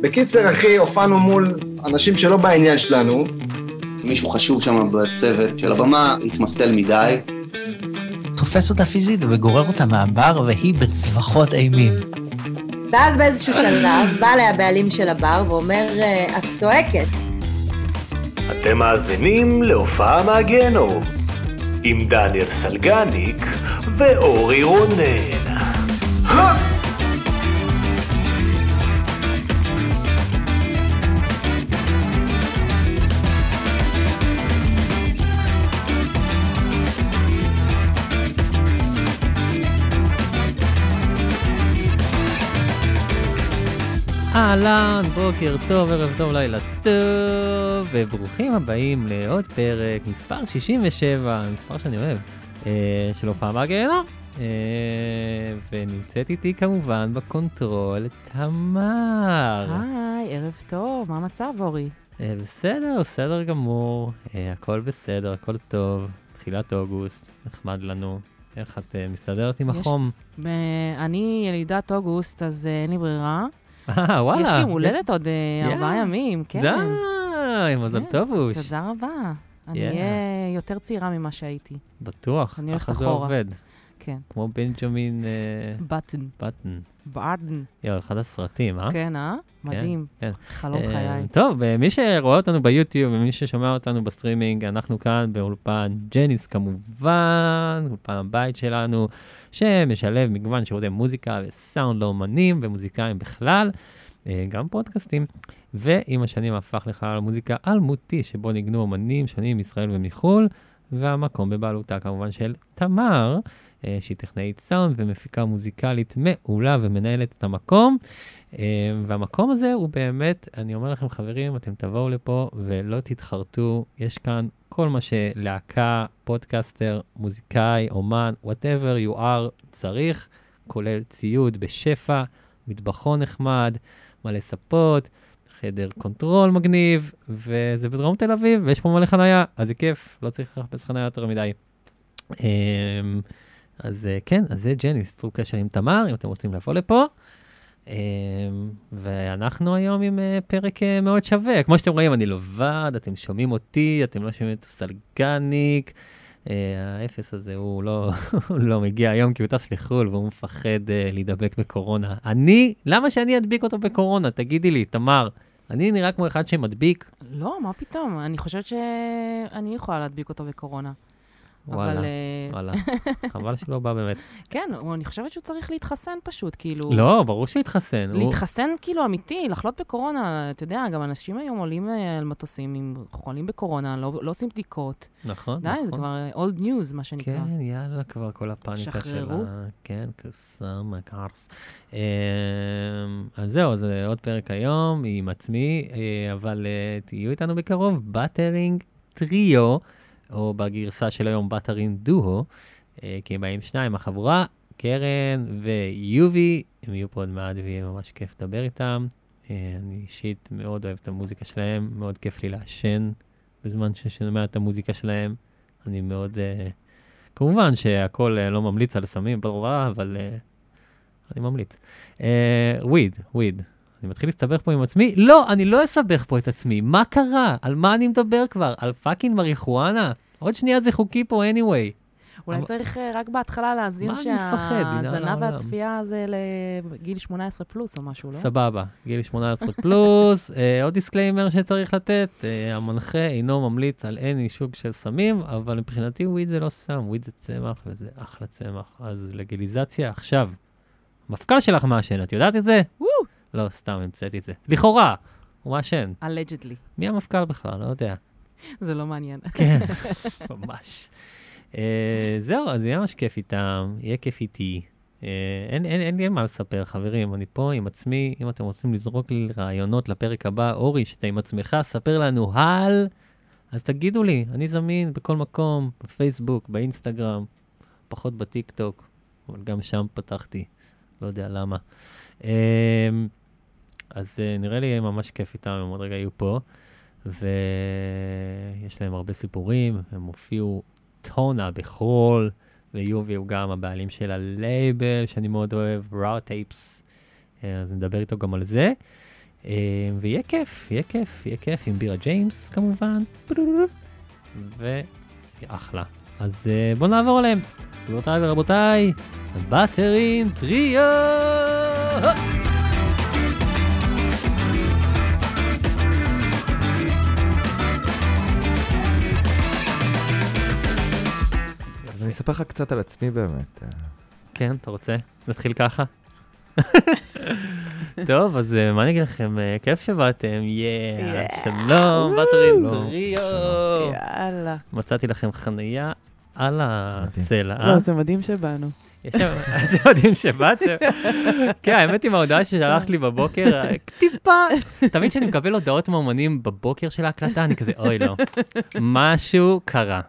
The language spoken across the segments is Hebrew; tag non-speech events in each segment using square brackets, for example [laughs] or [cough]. בקיצר, אחי, הופענו מול אנשים שלא בעניין שלנו. מישהו חשוב שם בצוות של הבמה התמסטל מדי. תופס אותה פיזית וגורר אותה מהבר, והיא בצווחות אימים. ואז באיזשהו שלב בא אליה הבעלים של הבר ואומר, "אה, את צועקת. אתם מאזינים להופעה מהגיהנום, עם דניאל סלגניק ואורי רונן. אהלן, בוקר טוב, ערב טוב, לילה טוב, וברוכים הבאים לעוד פרק, מספר 67, מספר שאני אוהב, אה, של הופעה מהגיהנום. אה, ונמצאת איתי כמובן בקונטרול תמר. היי, ערב טוב, מה המצב, אורי? אה, בסדר, בסדר גמור, אה, הכל בסדר, הכל טוב, תחילת אוגוסט, נחמד לנו. איך את אה, מסתדרת עם יש- החום? אה, אני ילידת אוגוסט, אז אה, אין לי ברירה. אה, וואלה. יש לי יום הולדת עוד אה, יא. ארבעה ימים, כן. די, מזל כן, טובוש. תודה רבה. אני יא. אהיה יותר צעירה ממה שהייתי, בטוח, אני הולכת ככה זה אחורה. עובד. כן. כמו בנג'מין אה, בטן, בטן. בארדן. יואו, אחד הסרטים, אה? כן, אה? מדהים. כן. חלום אה, חיי. טוב, אה, מי שרואה אותנו ביוטיוב ומי ששומע אותנו בסטרימינג, אנחנו כאן באולפן ג'ניס כמובן, אולפן הבית שלנו, שמשלב מגוון שירותי מוזיקה וסאונד לאומנים ומוזיקאים בכלל, אה, גם פודקאסטים, ועם השנים הפך לחלל מוזיקה אלמותי, שבו ניגנו אומנים שונים מישראל ומחו"ל, והמקום בבעלותה כמובן של תמר. אה, שהיא טכנאית סאונד ומפיקה מוזיקלית מעולה ומנהלת את המקום. אה, והמקום הזה הוא באמת, אני אומר לכם, חברים, אתם תבואו לפה ולא תתחרטו, יש כאן כל מה שלהקה, פודקאסטר, מוזיקאי, אומן, whatever you are צריך, כולל ציוד בשפע, מטבחון נחמד, מלא ספות. חדר קונטרול מגניב, וזה בדרום תל אביב, ויש פה מלא חנייה, אז זה כיף, לא צריך לחפש חנייה יותר מדי. אמ, אז אה, כן, אז זה ג'ניס, צרו קשר עם תמר, אם אתם רוצים לבוא לפה. אמ, ואנחנו היום עם אה, פרק אה, מאוד שווה. כמו שאתם רואים, אני לבד, אתם שומעים אותי, אתם לא שומעים את הסלגניק. אה, האפס הזה, הוא לא, [laughs] הוא לא מגיע היום כי הוא טס לחו"ל והוא מפחד אה, להידבק בקורונה. אני, למה שאני אדביק אותו בקורונה? תגידי לי, תמר, אני נראה כמו אחד שמדביק? לא, מה פתאום? אני חושבת שאני יכולה להדביק אותו בקורונה. וואלה, אבל אה, [laughs] וואלה. חבל שלא בא באמת. כן, הוא- אני חושבת שהוא צריך להתחסן פשוט, כאילו... לא, ברור שהוא התחסן. הוא- להתחסן כאילו אמיתי, לחלות בקורונה, אתה יודע, גם אנשים היום עולים אה, על מטוסים עם חולים בקורונה, לא, לא עושים בדיקות. נכון, די, זה נכון. כבר אה, old news, מה שנקרא. כן, יאללה, כבר כל הפאניקה של שחררו. ה... כן, קוסאמה קארס. אמ, אז זהו, זה עוד פרק היום עם עצמי, אה, אבל אה, תהיו איתנו בקרוב, באטרינג טריו, או בגרסה של היום באטרינג דוהו, אה, כי הם באים שניים, החבורה, קרן ויובי, הם יהיו פה עוד מעט ויהיה ממש כיף לדבר איתם. אה, אני אישית מאוד אוהב את המוזיקה שלהם, מאוד כיף לי לעשן בזמן ששומע את המוזיקה שלהם. אני מאוד... אה, כמובן שהכל אה, לא ממליץ על סמים, ברורה, אבל אה, אני ממליץ. אה, וויד, וויד. אני מתחיל להסתבך פה עם עצמי? לא, אני לא אסבך פה את עצמי. מה קרה? על מה אני מדבר כבר? על פאקינג מריחואנה? עוד שנייה זה חוקי פה anyway. אולי אבל- צריך אה, רק בהתחלה להזהיר מה אני מפחד, עידן שההאזנה העולם? והצפייה זה לגיל 18 פלוס או משהו, לא? סבבה, גיל 18 פלוס, אה, עוד דיסקליימר שצריך לתת, אה, המנחה אינו ממליץ על אין סוג של סמים, אבל מבחינתי וויד זה לא סם, וויד זה צמח וזה אחלה צמח, אז לגליזציה עכשיו. המפכ"ל שלך מעשן, את יודעת את זה? וואו! לא, סתם המצאתי את זה. לכאורה, הוא מעשן. allegedly. מי המפכ"ל בכלל? לא יודע. זה לא מעניין. כן, [laughs] ממש. אה, זהו, אז יהיה ממש כיף איתם, יהיה כיף איתי. אה, אין, אין, אין לי מה לספר, חברים, אני פה עם עצמי, אם אתם רוצים לזרוק לי רעיונות לפרק הבא, אורי, שאתה עם עצמך, ספר לנו על, אז תגידו לי, אני זמין בכל מקום, בפייסבוק, באינסטגרם, פחות בטיקטוק, אבל גם שם פתחתי, לא יודע למה. אה, אז אה, נראה לי יהיה ממש כיף איתם, הם עוד רגע יהיו פה. ויש להם הרבה סיפורים, הם הופיעו טונה בחול, ויובי הוא גם הבעלים של אה, הלייבל, שאני מאוד אוהב, ראו טייפס, אז נדבר איתו גם על זה. אה, ויהיה כיף, יהיה כיף, יהיה כיף עם בירה ג'יימס כמובן, ואחלה. אז אה, בואו נעבור אליהם. גבירותיי ורבותיי, באטרין טריו! אז אני אספר לך קצת על עצמי באמת. אה, כן, אתה רוצה? נתחיל [laughs] ככה? טוב, אז אה, מה אני אגיד לכם? אה, כיף שבאתם, יאה, Yeah. שלום, באטרין שלום. טריו! יאללה. מצאתי לכם חנייה על הצלע. אה? לא, זה מדהים שבאנו. יש שם, [laughs] אתם יודעים [laughs] שבאתם. כן, האמת עם ההודעה ששלחת לי בבוקר, אה, טיפה, תמיד כשאני מקבל הודעות מאומנים בבוקר של ההקלטה, אני כזה, אוי לא, משהו [laughs] קרה.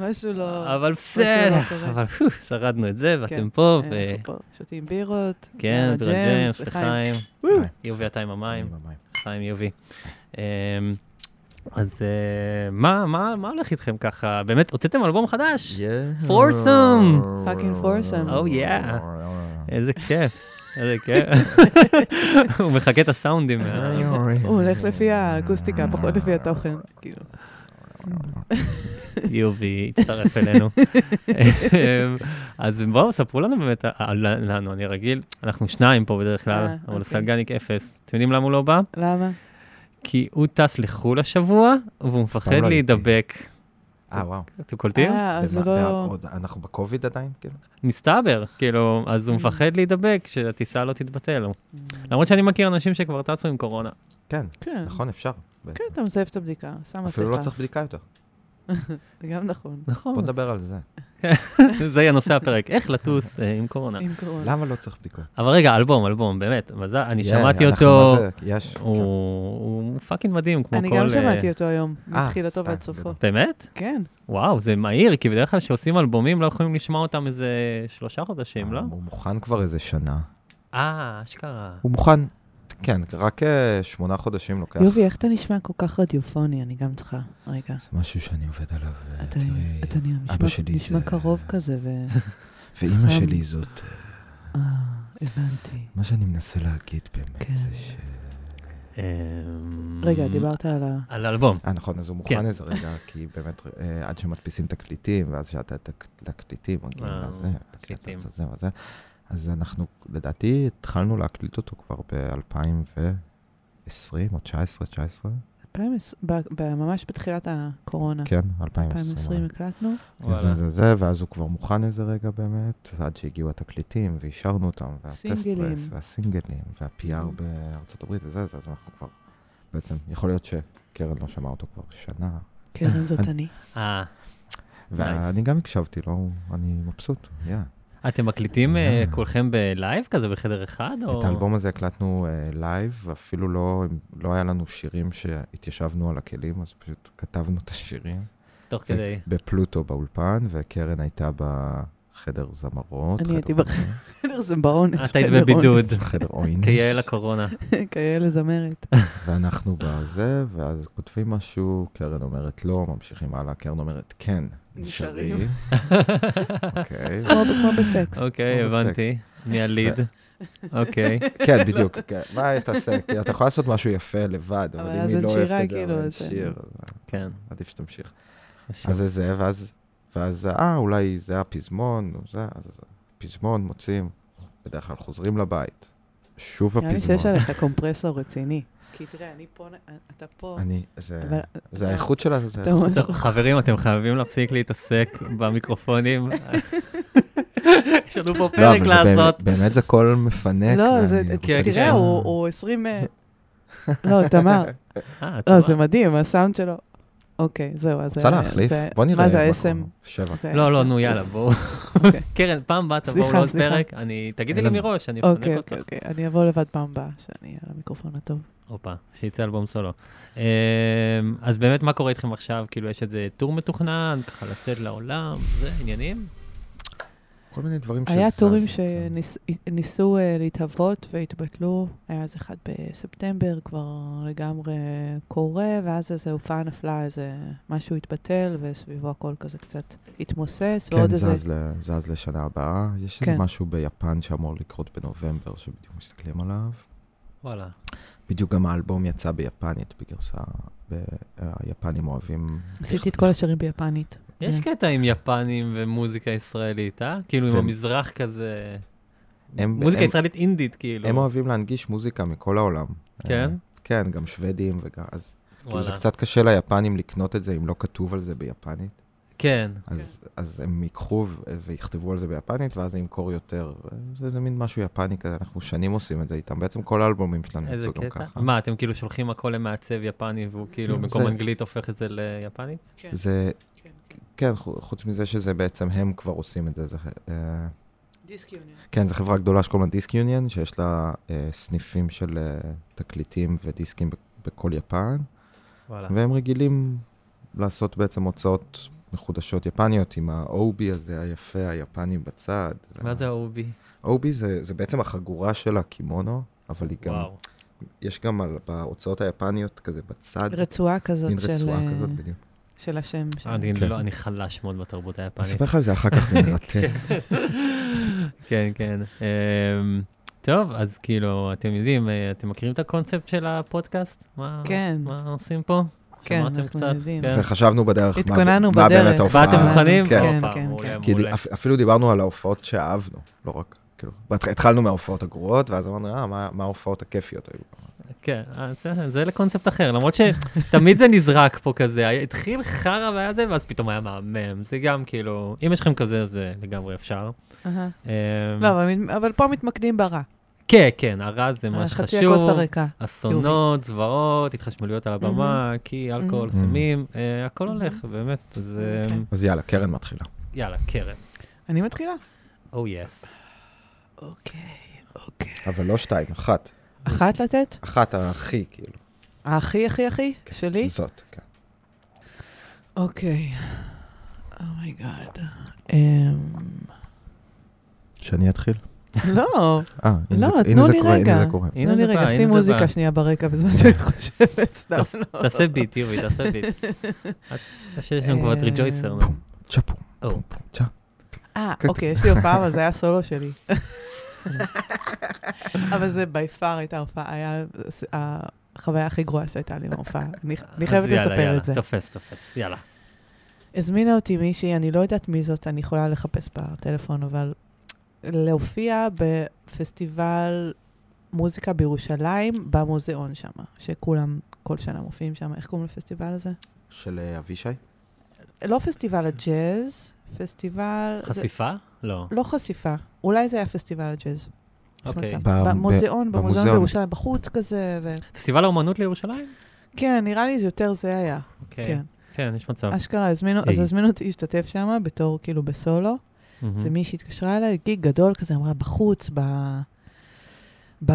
משהו לא... אבל בסדר, קורה. אבל פו, שרדנו את זה, ואתם כן, פה, אה, ו... אנחנו פה שותים בירות. כן, יאללה, דורון ג'יימס וחיים. אה, וואו. יובי, אתה עם המים, עם המים. חיים יובי. אמ, אז אה, מה, מה, מה הולך איתכם ככה? באמת, הוצאתם אלבום חדש? Foursome. Fucking foursome. Oh, yeah. איזה כיף, איזה כיף. הוא מחכה את הסאונדים. אה? הוא הולך לפי האקוסטיקה, פחות לפי התוכן. כאילו, יובי יצטרף אלינו. אמ, אז בואו, ספרו לנו באמת, אה, לנו, אני רגיל, אנחנו שניים פה בדרך כלל, אה, אבל אוקיי. סלגניק אפס. אתם יודעים למה הוא לא בא? למה? כי הוא טס לחו"ל השבוע, והוא לא מפחד הייתי. להידבק. אה, וואו. אתם קולטים? אה, אז הוא ומה- לא... כן. ועוד- אנחנו בקוביד עדיין? כאילו? מסתבר, כאילו, אז אה. הוא מפחד להידבק, שהטיסה לא תתבטל. למרות שאני מכיר אנשים שכבר טסו עם קורונה. כן, כן. נכון, אפשר. כן, בעצם. אתה מזייף את הבדיקה, שם מסכה. אפילו לא צריך בדיקה יותר. אה, זה גם נכון. בוא נכון, נדבר על זה. [laughs] זה יהיה נושא הפרק, איך לטוס אה, עם קורונה. עם קורונה. למה לא צריך בדיקה? אבל רגע, אלבום, אלבום, באמת, מזל, אני Yeah, שמעתי אנחנו אותו, מה זה, יש. כן. הוא הוא פאקינג מדהים, כמו כל... אני גם אה, שמעתי אותו היום, אה, מתחילתו סתם, ועד סופו. גדול. באמת? כן, וואו, זה מהיר, כי בדרך כלל כשעושים אלבומים לא יכולים לשמוע אותם איזה שלושה חודשים, לא? הוא מוכן כבר איזה שנה. אה, אשכרה. הוא מוכן, כן, רק אה, שמונה חודשים לוקח. יובי, איך אתה נשמע כל כך רדיופוני? אני גם צריכה, רגע. זה משהו שאני עובד עליו, אה, אתה תראי. אתה נראה- אבא נשמע- שלי נשמע זה- קרוב כזה, ו... ואימא חם. שלי זאת, אה, אה, [laughs] הבנתי. מה שאני מנסה להגיד באמת, כן. זה ש... אמ, רגע, דיברת על ה... על אלבום. אה, נכון, אז הוא כן. מוכן איזה רגע, כי באמת, אה, עד שמדפיסים תקליטים, ואז שאתה תק- תקליטים, מגיעים וואו, לזה, אז שאתה תקליטים. עושה זה וזה. אז אנחנו, לדעתי, התחלנו להקליט אותו כבר ב-2020 או 19, 19? אה, 2020, ב- ב- ממש בתחילת הקורונה. כן, 2020. 2020 הקלטנו. וואלה. זה זה זה, ואז הוא כבר מוכן איזה רגע באמת, ועד שהגיעו התקליטים, ואישרנו אותם, סינגלים. והטסט-פרס, והסינגלים, וה-PR בארצות הברית וזה, זה, אז אנחנו כבר, בעצם, יכול להיות שקרן לא שמעה אותו כבר שנה. כן, קרן זאת אני. אה, ואני גם הקשבתי לו, אני מבסוט, יא. אתם מקליטים אה, אה. כולכם בלייב כזה בחדר אחד? או- את האלבום הזה הקלטנו אה, לייב, אפילו לא לא היה לנו שירים שהתיישבנו על הכלים, אז פשוט כתבנו את השירים. תוך כדי. כן. בפלוטו באולפן, וקרן הייתה בחדר זמרות. אני חדר הייתי זמרות, בסדר, [laughs] זה בעונש. אה, [laughs] את היית חדר בבידוד. [laughs] חדר אוינש. כיאה [laughs] לקורונה. [laughs] עונש. כאלה זמרת. ואנחנו בזה, ואז כותבים משהו, קרן אומרת לא, ממשיכים הלאה, קרן אומרת כן, נשארים. נשארים. [laughs] אוקיי. כמו כמו [laughs] בסקס. אוקיי, כמו בסקס. הבנתי. מי [laughs] הליד? אוקיי. לא. כן, בדיוק, כן. מה היא תעשה? כאילו, אתה יכול לעשות משהו יפה לבד, אבל אבל אם אז היא אין לא שירה, אוהבת את זה, כאילו, אבל אין אז- שיר, אז כן. עדיף שתמשיך. אז זה זה, ואז, ואז, אה, אולי זה הפזמון, או זה, אז אז פזמון מוצאים, בדרך כלל חוזרים לבית, שוב נראה לי שיש הפזמון. עליך קומפרסור רציני. כי תראה, אני פה, אה, אתה פה. אני, זה, אבל אה, זה אתה- האיכות שלה, זה אתה ממש- טוב, חברים, אתם חייבים להפסיק להתעסק [laughs] במיקרופונים. יש לנו פה לא, אבל זה פרק באמת- לעשות. באמת זה קול מפנק. לא, ואני זה, רוצה כן, לשמוע. תראה, כן. הוא הוא 20... אה, [laughs] לא, תמר. אה, לא, טוב. זה מדהים, הסאונד שלו. אוקיי, זהו, אז... רוצה אה, להחליף? זה- בוא נראה. מה זה קורה. ה-SM? שבע. זה לא, לא, ה-SM. נו, יאללה, בואו. אוקיי. קרן, פעם הבאה תבואו סליחה, לעוד סליחה. פרק, אני, תגידי אין לי לנו. מראש, אני אפנק אוקיי, אותך. אוקיי, אוקיי. אני אבוא לבד פעם הבאה, שאני על המיקרופון הטוב. הופה, שיצא אלבום סולו. אמ, אז באמת, מה קורה איתכם עכשיו? כאילו, יש איזה טור מתוכנן, ככה לצאת לעולם, זה עניינים? כל מיני דברים היה שזז. כן. טורים שניסו אה, להתהוות והתבטלו, היה אז אחד בספטמבר, כבר לגמרי קורה, ואז איזו הופעה נפלה, איזה משהו התבטל, וסביבו הכל כזה קצת התמוסס, ועוד כן, איזה... זז ל- זז לשנה הבאה. יש איזה כן. משהו ביפן שאמור לקרות בנובמבר, שבדיוק מסתכלים עליו. וואלה. בדיוק גם האלבום יצא ביפנית, בגרסה... ב- היפנים אוהבים... עשיתי את כל השירים ביפנית. יש כן. קטע עם יפנים ומוזיקה ישראלית, אה? כאילו עם כן. המזרח כזה... הם- מוזיקה הם- ישראלית אינדית, כאילו. הם אוהבים להנגיש מוזיקה מכל העולם. כן? אה, כן, גם שוודים וגם... אז כאילו זה וואלה. קצת קשה ליפנים לקנות את זה אם לא כתוב על זה ביפנית. כן. אז, אז הם ייקחו ו- ויכתבו על זה ביפנית, ואז זה ימכור יותר. זה איזה מין משהו יפני כזה, אנחנו שנים עושים את זה איתם. בעצם כל האלבומים שלנו איזה יצאו גם קטע. ככה. מה, אתם כאילו שולחים הכל למעצב יפני, והוא כאילו זה- במקום אנגלית הופך את זה ליפנית? זה, כן, כן. כן, חו- חוץ מזה שזה בעצם, הם כבר עושים את זה. זה אה, דיסק יוניון. כן, זו חברה גדולה שקוראים לה דיסק יוניון, שיש לה אה, סניפים של אה, תקליטים ודיסקים ב- בכל יפן, וואלה. והם רגילים לעשות בעצם הוצאות מחודשות יפניות עם האובי הזה היפה, היפני בצד. מה זה האובי? אובי זה, זה בעצם החגורה של הקימונו, אבל היא גם, וואו. יש גם על, בהוצאות היפניות כזה בצד, כן. רצועה כזאת מין של, רצועה אה, כזאת בדיוק. של השם. של- אני כן. לא, אני חלש מאוד בתרבות אני היפנית. אספר לך על זה אחר [laughs] כך, זה מרתק. כן, כן. אמ, טוב, אז כאילו, אתם יודעים, אה, אתם מכירים את הקונספט של הפודקאסט? מה- כן. מה עושים פה? כן, שמעתם אנחנו קצת? יודעים. כן. וחשבנו בדרך, מה- התכוננו מה בדרך. באמת ההופעה. באתם מוכנים? כן. כן, הופה, כן, מעולה, כן. כי מעולה. אפ- אפילו דיברנו על ההופעות שאהבנו, לא רק, כאילו, בהתח- התחלנו מההופעות הגרועות, ואז אמרנו, אה, מה מה ההופעות הכיפיות היו? כן, אז זה- זה לקונספט אחר, למרות שתמיד זה נזרק פה כזה, היה- התחיל חרא והיה זה, ואז פתאום היה מהמם. זה גם כאילו, אם יש לכם כזה, אז זה לגמרי אפשר. אהה. אמ, לא, אבל מת- אבל פה מתמקדים ברע. כן, כן, הרע זה מה אה, חצי הכוס שחשוב. הריקה. אסונות, זוועות, התחשמלויות על הבמה, כי אלכוהול, מהמם. סמים, אה, הכל מהמם. הולך, באמת. אז אה, כן. אז יאללה, קרן מתחילה. יאללה, קרן. אני מתחילה? או יס. אוקיי, אוקיי. אבל לא שתיים, אחת. אחת לתת? אחת הכי, כאילו. הכי הכי הכי? שלי? זאת, כן. אוקיי. אומייגאד. אמ, שאני אתחיל? לא, אה, הנה לא, זה- הנה תנו זה לי קורה, הנה רגע. זה קורה. הנה תנו לי זה בא, רגע, הנה שים זה בא. מוזיקה שנייה ברקע בזמן שאני חושבת, סתם. [laughs] תעש- [laughs] לא. תעשה ביט, יובי, תעשה ביט. [laughs] עד- עד שיש לנו כבר את אה, ריג'ויסר. נו. צ'פו. או, אה, קטע. אוקיי, יש לי הופעה, אבל זה היה [laughs] סולו שלי. אבל זה בי פאר הייתה הופעה, היה ס- החוויה הכי גרועה שהייתה לי מההופעה. אני- אני אז חייבת יאללה, לספר יאללה, את זה. תופס, תופס, יאללה. הזמינה אותי מישהי, אני לא יודעת מי זאת, אני יכולה לחפש בטלפון, אבל להופיע בפסטיבל מוזיקה בירושלים, במוזיאון שם, שכולם כל שנה מופיעים שם. איך קוראים לפסטיבל הזה? של אה, אבישי? לא פסטיבל הג'אז, פסטיבל... זה- חשיפה? לא. לא חשיפה, אולי זה היה פסטיבל הג'אז. אוקיי. שמצא. ב- במוזיאון, במוזיאון במוזיאון. בירושלים, בחוץ כזה, ו... פסטיבל האומנות לירושלים? כן, נראה לי זה יותר זה היה, כן. כן, יש מצב. אשכרה, הזמינו, אז היי. הזמינו אותי להשתתף שם בתור, כאילו, בסולו. מהמם. ומישהי התקשרה אליי, גיג גדול כזה, אמרה, בחוץ, ב... ב...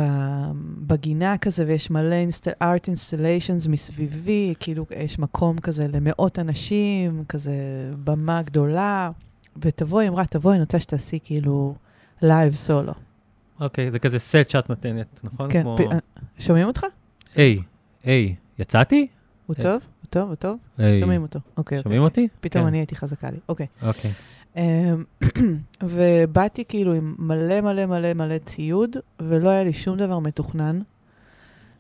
בגינה כזה, ויש מלא אינסט... art installations מסביבי, כאילו, יש מקום כזה למאות אנשים, כזה במה גדולה, ותבואי, אמרה, תבואי, אני רוצה שתעשי כאילו לייב סולו. אוקיי, זה כזה סט שאת נותנת, נכון? כן, כמו- פ... שומעים אותך? היי, היי, יצאתי? הוא אה. טוב? הוא טוב? הוא טוב? היי, שומעים אותו. אוקיי, אוקיי. שומעים אותי? פתאום כן. אני הייתי חזקה לי. אוקיי. אוקיי. אמ, [clears throat] ובאתי כאילו עם מלא מלא מלא מלא ציוד, ולא היה לי שום דבר מתוכנן.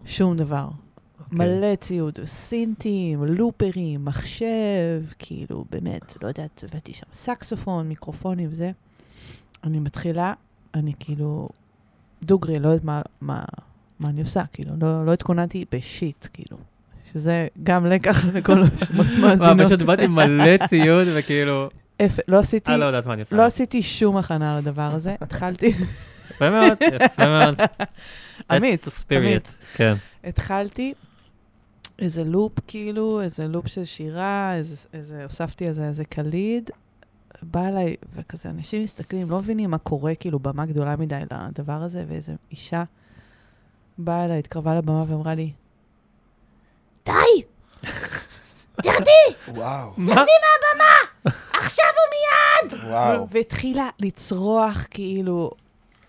שום דבר. אוקיי. מלא ציוד, סינטים, לופרים, מחשב, כאילו, באמת, לא יודעת, הבאתי שם סקסופון, מיקרופונים וזה. אני מתחילה, אני כאילו דוגרי, לא יודעת מה, מה, מה אני עושה, כאילו, לא, לא התכוננתי בשיט, כאילו. שזה גם לקח [laughs] לכל וואו, המאזינות. פשוט באתי עם מלא ציוד, וכאילו, [laughs] אפ- לא עשיתי, אה, לא יודעת מה אני עושה. לא עשיתי שום הכנה לדבר [laughs] הזה, התחלתי, יפה מאוד, [laughs] יפה מאוד. That's אמיץ, the spirit. אמיץ. כן. התחלתי איזה לופ, כאילו, איזה לופ של שירה, איזה, איזה הוספתי איזה, איזה קליד, בא אליי, וכזה, אנשים מסתכלים, לא מבינים מה קורה, כאילו, במה גדולה מדי לדבר הזה, ואיזו אישה באה אליי, התקרבה לבמה ואמרה לי, וואו, [laughs] וואו. והתחילה לצרוח, כאילו,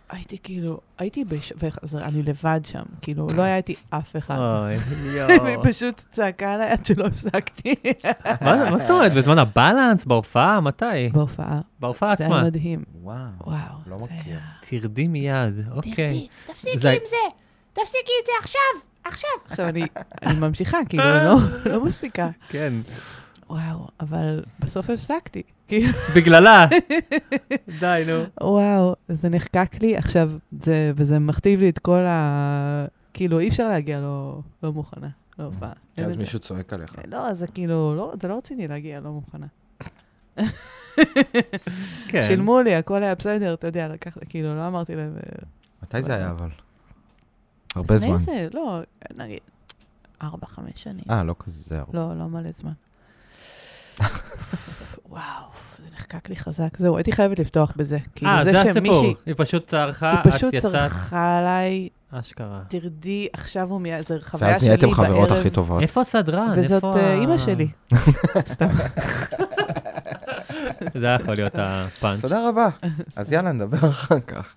הייתי כאילו, הייתי בש... ואני לבד שם, כאילו, [laughs] לא היה איתי אף אחד. אוי, והיא [laughs] יואו. פשוט צעקה עליי עד שלא הפסקתי. מה מה זאת אומרת? בזמן הבלנס, בהופעה? מתי? בהופעה. בהופעה זה עצמה. היה מדהים. וואו. וואו. לא זה מכיר. היה- תרדי מיד, אוקיי. תפסיקי זה- עם זה. תפסיקי את זה עכשיו, עכשיו. עכשיו אני, אני ממשיכה, כאילו, אני לא, לא מפסיקה. כן. וואו, אבל בסוף הפסקתי. כאילו, [laughs] בגללה. די, נו. וואו, זה נחקק לי עכשיו, זה, וזה מכתיב לי את כל ה... כאילו, אי אפשר להגיע לא, לא מוכנה, לא הופעה. כי אז מישהו צועק עליך. לא, זה כאילו, לא, זה לא רציני להגיע לא מוכנה. כן. שילמו לי, הכל היה בסדר, אתה יודע, לקחת, כאילו, לא אמרתי להם... אה, מתי זה היה אבל? הרבה לפני זמן. זה, לא, נגיד, ארבע, חמש שנים. אה, לא כזה הרבה. לא, לא מלא זמן. וואו, זה נחקק לי חזק. זהו, הייתי חייבת לפתוח בזה. כאילו, אה, זה זה הסיפור. שמישהי... היא פשוט צרחה, היא את פשוט יצאת צרחה עליי, אשכרה. תרדי עכשיו ומיד, זו חוויה ואז שלי בערב. נהייתם חברות הכי [laughs] טובות. איפה הסדרן? וזאת איפה אה, ה- אימא [laughs] שלי. סתם. זה היה יכול להיות הפאנץ'. תודה [laughs] רבה. אז יאללה, נדבר אחר כך.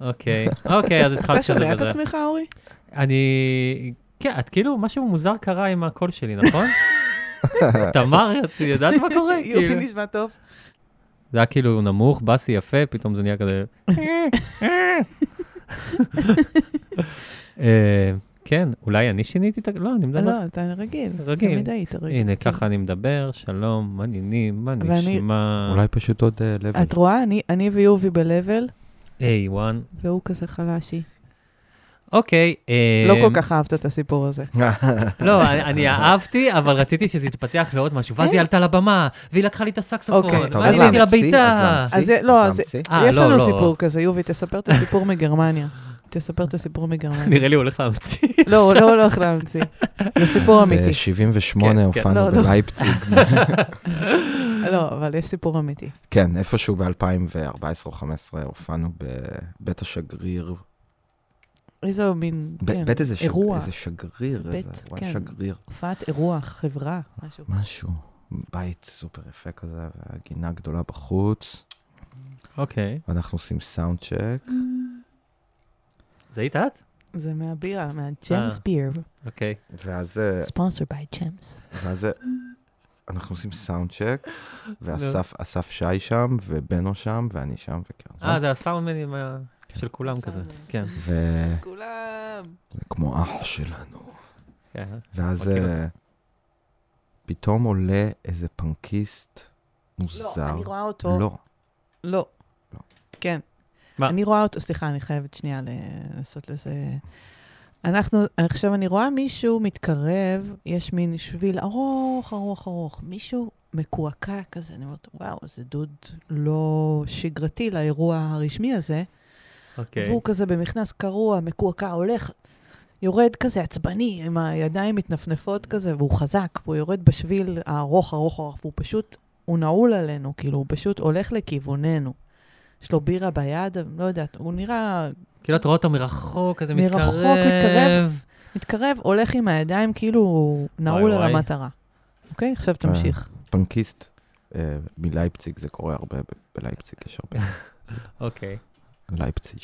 אוקיי. אוקיי, אז התחלת אתה לדבר שומע על את זה. עצמך, אורי? אני... כן, את כאילו, משהו מוזר קרה עם הקול שלי, נכון? [laughs] תמר, את יודעת מה קורה? [laughs] יופי, כאילו. נשמע [laughs] טוב. זה היה כאילו נמוך, באסי יפה, פתאום זה נהיה כזה... אה, כן, אולי אני שיניתי את ה... לא, אני מדבר... לא, אתה רגיל. רגיל. תמיד היית רגיל. הנה, כן. ככה אני מדבר, שלום, מה נינים, מה אבל אני- נשמע? אולי פשוט עוד אה, לבל. את רואה? אני- אני ויובי ב-level, היי, וואן. והוא כזה חלשי. אה, אוקיי. לא אה, כל כך אהבת את הסיפור הזה. לא, אני- אני אהבתי, אבל רציתי שזה יתפתח לעוד משהו. ואז היא עלתה לבמה, והיא לקחה לי את הסקסופון, אוקיי, אתה אומר ואני עליתי להמציא, לביתה. אז להמציא, אז זה- לא, אז- להמציא. אה, יש לא, לנו לא. סיפור כזה, יובי, תספר [laughs] את הסיפור מגרמניה. תספר את הסיפור מגרמניה. נראה לי הוא הולך להמציא. לא, לא [laughs] הולך להמציא. זה סיפור אמיתי. ב-78 כן, כן. אה, הופענו לא, לא. בלייפציג. לא, אבל יש סיפור אמיתי. כן, איפשהו ב-2014 או 2015 הופענו בבית השגריר. איזו מין, ב- כן, בית איזה שג- אירוע. איזה שגריר. זה בית, איזה- הוא היה כן. שגריר. הופעת אירוע, חברה, משהו. משהו. בית סופר יפה כזה, והגינה גדולה בחוץ, אוקיי. ואנחנו עושים סאונד צ'ק. זה היית את? זה מהבירה, מהג'מס ביר, אוקיי. ואז אה, ספונסר ביי ג'מס. ואז זה- אנחנו עושים סאונד צ'ק, ואסף לא. אסף שי שם, ובנו שם, ואני שם, אה, וכן. זה הסאונדמנים ה- של כולם כזה. כן. וזה כולם. כמו אח שלנו. כן. ואז אוקיי. מכיר אה, פתאום עולה איזה פנקיסט לא, מוזר. אני רואה אותו. לא, לא. לא. כן. מה? אני רואה אותו, סליחה, אני חייבת שנייה ל- לעשות לזה... אנחנו, עכשיו אני רואה מישהו מתקרב, יש מין שביל ארוך, ארוך, ארוך. מישהו מקועקע כזה, אני אומרת, וואו, זה דוד לא שגרתי לאירוע הרשמי הזה. אוקיי. והוא כזה במכנס קרוע, מקועקע, הולך, יורד כזה עצבני, עם הידיים מתנפנפות כזה, והוא חזק, והוא יורד בשביל הארוך, ארוך, ארוך, והוא פשוט, הוא נעול עלינו, כאילו, הוא פשוט הולך לכיווננו. יש לו בירה ביד, אני לא יודעת, הוא נראה כאילו, את רואה אותו מרחוק, כזה מתקרב. מרחוק, מתקרב. מתקרב, הולך עם הידיים, כאילו, הוא נעול על וואי. המטרה. אוקיי? עכשיו תמשיך. פנקיסט אה, מלייפציג, זה קורה הרבה, ב- בלייפציג יש הרבה. אוקיי. לייפציג.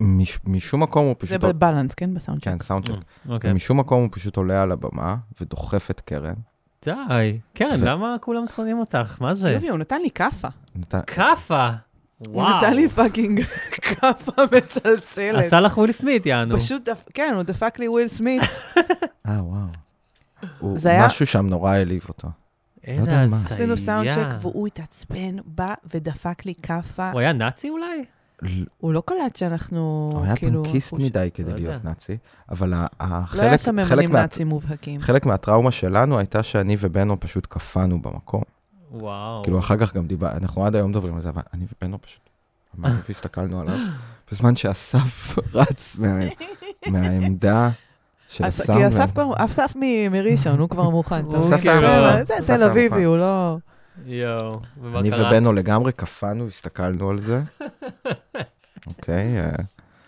ומשום מקום הוא זה פשוט... לא- בבלנס, כן? בסאונד כן, שלך. סאונד צ'ק. אוקיי. ומשום מקום הוא פשוט עולה על הבמה ודוחף את קרן. די. קרן, זה- למה כולם שונאים אותך? מה זה? יובי, הוא נתן לי כאפה. נתן- [laughs] כאפה. הוא וואו. נתן לי פאקינג [laughs] כאפה מצלצלת. עשה לך וויל סמית, יענו. פשוט, דפ- כן, הוא דפק לי וויל סמית. אה, וואו. הוא- זה היה- משהו שם נורא העליב אותו. לא איזה יודע מה. הזיה. עשינו סאונד צ'ק, והוא התעצבן, בא ודפק לי כאפה. הוא היה נאצי אולי? ל- הוא לא קלט שאנחנו, הוא היה כאילו... פנקיסט אנחנו- מדי כדי לא להיות יודע. נאצי, אבל ה- ה- לא היה חלק- שם חלק ממנים מה- נאצים מובהקים. חלק מהטראומה שלנו הייתה שאני ובנו פשוט קפאנו במקום. וואו. כאילו, אחר כך גם דיברנו, אנחנו עד היום מדברים על זה, אבל אני ובנו פשוט עמדנו והסתכלנו עליו, בזמן שאסף רץ מה- מהעמדה של אז- הסאונד. כי וה- אסף כבר, אסף מ- מראשון, הוא כבר מוכן. אתה הוא מבין? כאילו- אתה- זה אסף תל היה אביבי, מוכן. הוא לא... יואו. ומה אני קרה? ובנו לגמרי קפאנו, הסתכלנו על זה. אוקיי, אה,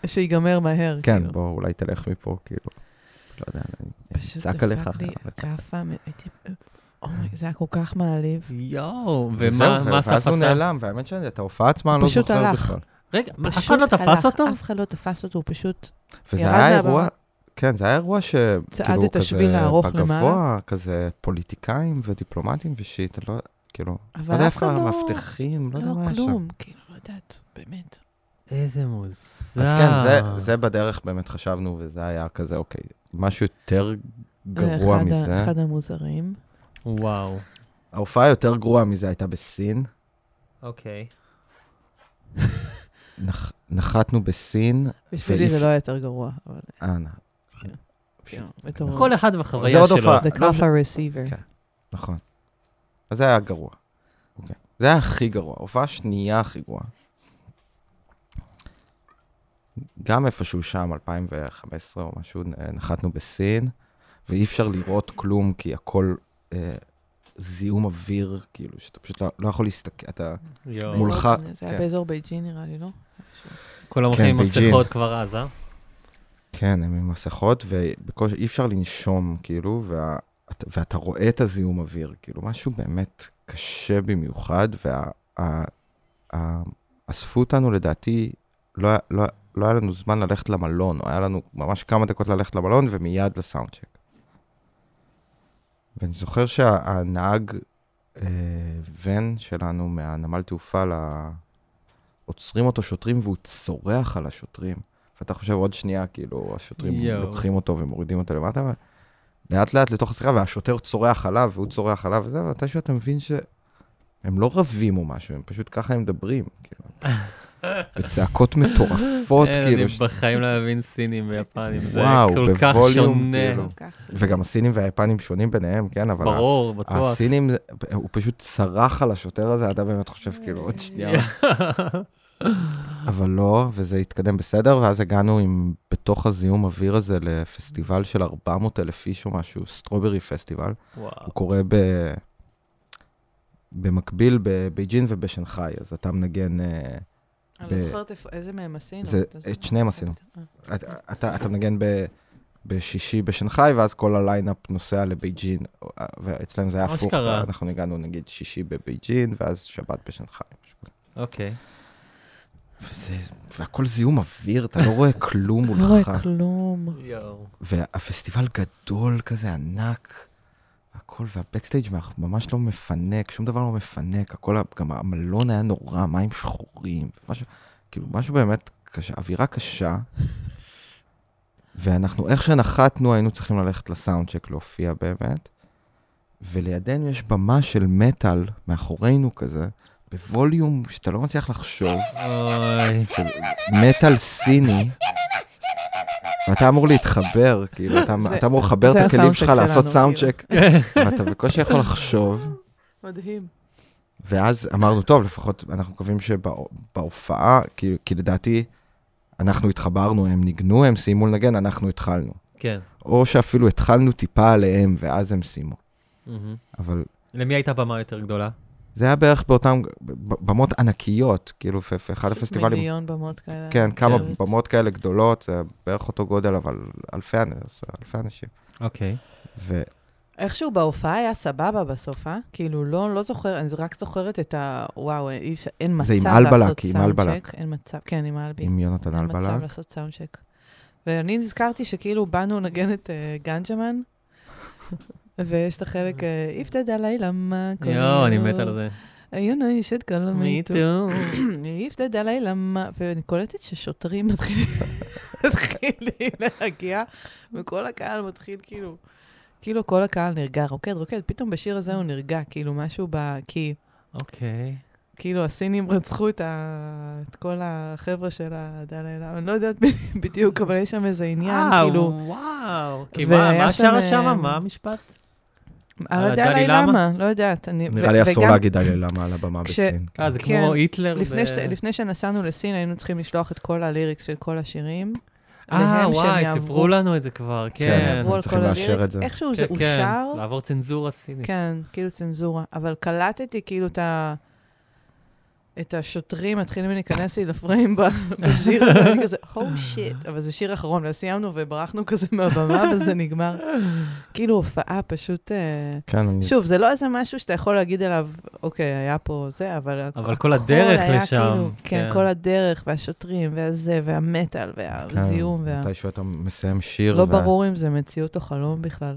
שיגמר מהר. כן, כאילו. בוא, אולי תלך מפה, כאילו. לא יודע, אני פשוט אצעק דפק עליך. לי אבל- כאפה, מ- הייתי... אוי, זה היה כל כך מעליב. יואו. וזהו, ומה מה אסף ואז הוא עשה? נעלם, והאמת שאת ההופעה עצמה אני לא פשוט זוכר הלך. בכלל. רגע, מה, אף אחד פשוט לא תפס הלך, אותו? אף אחד לא תפס אותו, הוא פשוט וזה ירד היה מהבמה. אירוע, כן, זה היה אירוע ש... צעד כאילו, את השביל הארוך כזה בגבוה, למעלה. כזה פוליטיקאים ודיפלומטים ושיט, לא, כאילו, לא אבל יודע אף איפה אחד לא- המאבטחים, לא יודע מה לא היה שם. כלום, כאילו, לא יודעת, באמת. איזה מוזר. אז כן, זה, זה בדרך באמת חשבנו, וזה היה כזה, אוקיי, משהו יותר גרוע אה, אחד ה- מזה. אחד המוזרים. וואו, ההופעה היותר גרועה מזה הייתה בסין. אוקיי. נח, נחתנו בסין. בשבילי זה ואי- לא היה יותר גרוע, אבל... כן, אה, נ- בתור- כל אחד זה והחוויה עוד שלו. הופעה. The לא, cuff receiver. כן. נכון. אז זה היה גרוע. אוקיי. זה היה הכי גרוע, ההופעה השנייה הכי גרועה. גם איפשהו שם, 2015 או משהו, נ- נחתנו בסין, ואי אפשר לראות כלום, כי הכל אה, זיהום אוויר, כאילו, שאתה פשוט לא, לא יכול להסתכל, אתה... יואו. מול- מולך, זה היה כן. באזור בייג'ין נראה לי, לא? כל המוחים עם בייג'ין. מסכות כבר אז, אה? כן, הם עם מסכות, ובקושי אי אפשר לנשום, כאילו, וה, ואת- ואתה רואה את הזיהום אוויר, כאילו, משהו באמת קשה במיוחד, ואספו אותנו, לדעתי, לא, היה- לא, היה- לא היה לנו זמן ללכת למלון, או היה לנו ממש כמה דקות ללכת למלון, ומיד לסאונדצ'ק. ואני זוכר שהנהג אה, ון שלנו מהנמל תעופה, ל- עוצרים אותו שוטרים והוא צורח על השוטרים. ואתה חושב עוד שנייה, כאילו, השוטרים יואו. לוקחים אותו ומורידים אותו למטה, אבל לאט לאט לתוך השיחה, והשוטר צורח עליו, והוא צורח עליו, וזה, ומתישהו אתה מבין שהם לא רבים או משהו, הם פשוט ככה הם מדברים, כאילו. בצעקות מטורפות, אין, אה, אני כאילו. ש- בחיים לא אבין סינים ויפנים, זה וואו, כל כך בווליום, שונה. כאילו. כל כן. כך ש- וגם הסינים והיפנים שונים ביניהם, כן, אבל... ה- ברור, בטוח. הסינים, זה- הוא פשוט צרח על השוטר הזה, אתה באמת חושב, כאילו, עוד [laughs] שנייה. אבל לא, וזה התקדם בסדר, ואז הגענו עם, בתוך הזיהום אוויר הזה, לפסטיבל של 400 אלף איש או משהו, סטרוברי פסטיבל. [laughs] וואו. הוא קורה ב... במקביל בבייג'ין ובשנגחאי, אז אתה מנגן... אה, אני ב- לא זוכרת איפה- איזה מהם עשינו. זה- אתה זוכר? את שניהם עשינו. אה. אתה, אתה, אתה מנגן ב... בשישי בשנגחאי, ואז כל הליינאפ נוסע לבייג'ין, ואצלם זה היה מה הפוך, שקרה? אנחנו הגענו נגיד שישי בבייג'ין, ואז שבת בשנגחאי, משהו כזה. אוקיי. וזה, והכל זיהום אוויר, אתה לא רואה כלום לא רואה מולך. כלום. יואו. והפסטיבל גדול כזה, ענק, הכל, והבקסטייג' מאח- ממש לא מפנק, שום דבר לא מפנק, הכל, ה- גם המלון היה נורא, מים שחורים, משהו, כאילו, משהו באמת קשה, אווירה קשה. ואנחנו, איך שנחתנו, היינו צריכים ללכת לסאונד צ'ק להופיע באמת, ולידינו יש במה של מטאל, מאחורינו כזה, בווליום שאתה לא מצליח לחשוב. אוי. של מטאל סיני, ואתה אמור להתחבר, כאילו, אתה זה- אתה אמור לחבר זה את הכלים הסאונד שלך צ'ק לעשות שלנו, כן. סאונד [laughs] צ'ק, ואתה בקושי יכול לחשוב, מדהים. ואז אמרנו, טוב, לפחות אנחנו מקווים שבהופעה, כאילו, כי לדעתי, אנחנו התחברנו, הם ניגנו, הם סיימו לנגן, אנחנו התחלנו. כן. או שאפילו התחלנו טיפה עליהם, ואז הם סיימו. מהמם. אבל למי הייתה במה יותר גדולה? זה היה בערך באותן ב- במות ענקיות, כאילו, ואחד הפסטיבלים מיליון במות כאלה. כן, כמה באמת. במות כאלה גדולות, זה בערך אותו גודל, אבל אלפי, אנ- אלפי אנשים. אוקיי. ו... איכשהו בהופעה היה סבבה בסוף, אה? כאילו, לא, לא זוכר, אני רק זוכרת את ה... וואו, אי אפשר, אין מצב זה עם לעשות אלבלק, עם סאונד אלבלק. צ'ק, אין מצב, כן, עם אלבי. עם יונתן אין מצב אלבלק. לעשות סאונד צ'ק. ואני נזכרתי שכאילו באנו לנגן את אה, [laughs] גנג'מן, ויש את החלק, אה, If the Dalai Lama, call יואו, אני you, מת על זה. You know you should call me too. [clears throat] If the Dalai Lama, ואני קולטת ששוטרים מתחילים [laughs] מתחילים להגיע, וכל הקהל מתחיל כאילו, כאילו כל הקהל נרגע, רוקד, רוקד, פתאום בשיר הזה הוא נרגע, כאילו משהו ב... כי אוקיי. כאילו הסינים רצחו את, ה... את כל החבר'ה של הדלאי למה, אני לא יודעת ב- [laughs] בדיוק, אבל יש שם איזה עניין, אה, כאילו, וואו. כי והיה מה, מה את שרה שם, שמה? אה, מה המשפט? על על הדלאי הדלאי למה, לא יודעת. אני... נראה ו- לי אסור וגם להגיד עליה למה על הבמה כש- בסין. אה, זה כן. כמו היטלר. לפני, ב- ש... לפני שנסענו לסין, היינו צריכים לשלוח את כל הליריקס של כל השירים. אה, להם וואי, שהם סיפרו יעברו. לנו את זה כבר, כן, כן. עברו על צריכים כל לאשר הליריקס, את זה. איכשהו כן, זה כן, אושר. לעבור צנזורה [laughs] סינית. כן, כאילו צנזורה. אבל קלטתי כאילו את ה... את השוטרים מתחילים להיכנס לי [laughs] לפריים ב- בשיר הזה, ואני כזה, הו שיט. אבל זה שיר אחרון, ואז סיימנו וברחנו כזה [laughs] מהבמה, וזה נגמר. כאילו, הופעה פשוט... אה, כן, אני... שוב, זה לא איזה משהו שאתה יכול להגיד עליו, אוקיי, היה פה זה, אבל... הכ- אבל כל הכל הדרך היה לשם, כאילו- כן, כן. כל הדרך, והשוטרים, והזה, והמטאל, והזיהום, כן, וה... כן, מתישהו אתה מסיים שיר, לא וה- ברור אם זה מציאות או חלום בכלל.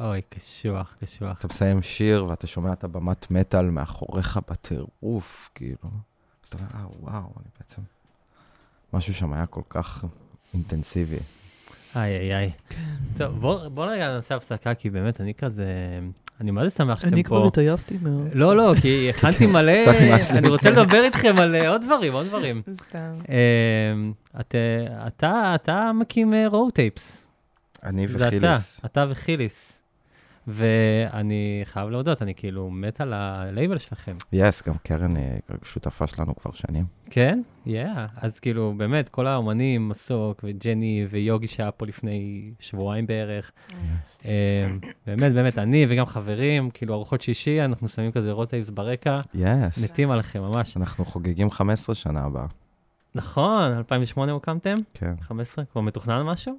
אוי, קשוח, קשוח. אתה מסיים שיר ואתה שומע את הבמת מטאל מאחוריך בטירוף, כאילו. אז אתה אומר, אה, וואו, אני בעצם... משהו שם היה כל כך אינטנסיבי. איי איי איי. כן. טוב, בוא- בוא רגע נעשה הפסקה, כי באמת, אני כזה... אני מה זה שמח שאתם פה. אני כבר כן. התעייפתי מאוד. לא, לא, כי הכנתי מלא, קצת נמאס לי. אני רוצה לדבר איתכם על אה, עוד דברים, עוד דברים. סתם. אמ, את, אה, אתה, אתה מקים רואו טייפס. אני זה אתה, וחיליס. אתה וחיליס. ואני חייב להודות, אני כאילו מת על הלייבל שלכם. יס, גם קרן אה, שותפה שלנו כבר שנים. כן? יאה. אז כאילו, באמת, כל האומנים, מסוק וג'ני ויוגי שהיה פה לפני שבועיים בערך. אמ, באמת, באמת, אני וגם חברים, כאילו, ארוחות שישי, אנחנו שמים כזה רואו טייפס ברקע, יס. מתים עליכם ממש. אנחנו חוגגים 15 שנה הבאה. נכון, 2008 הוקמתם? כן. 15? כבר מתוכנן משהו?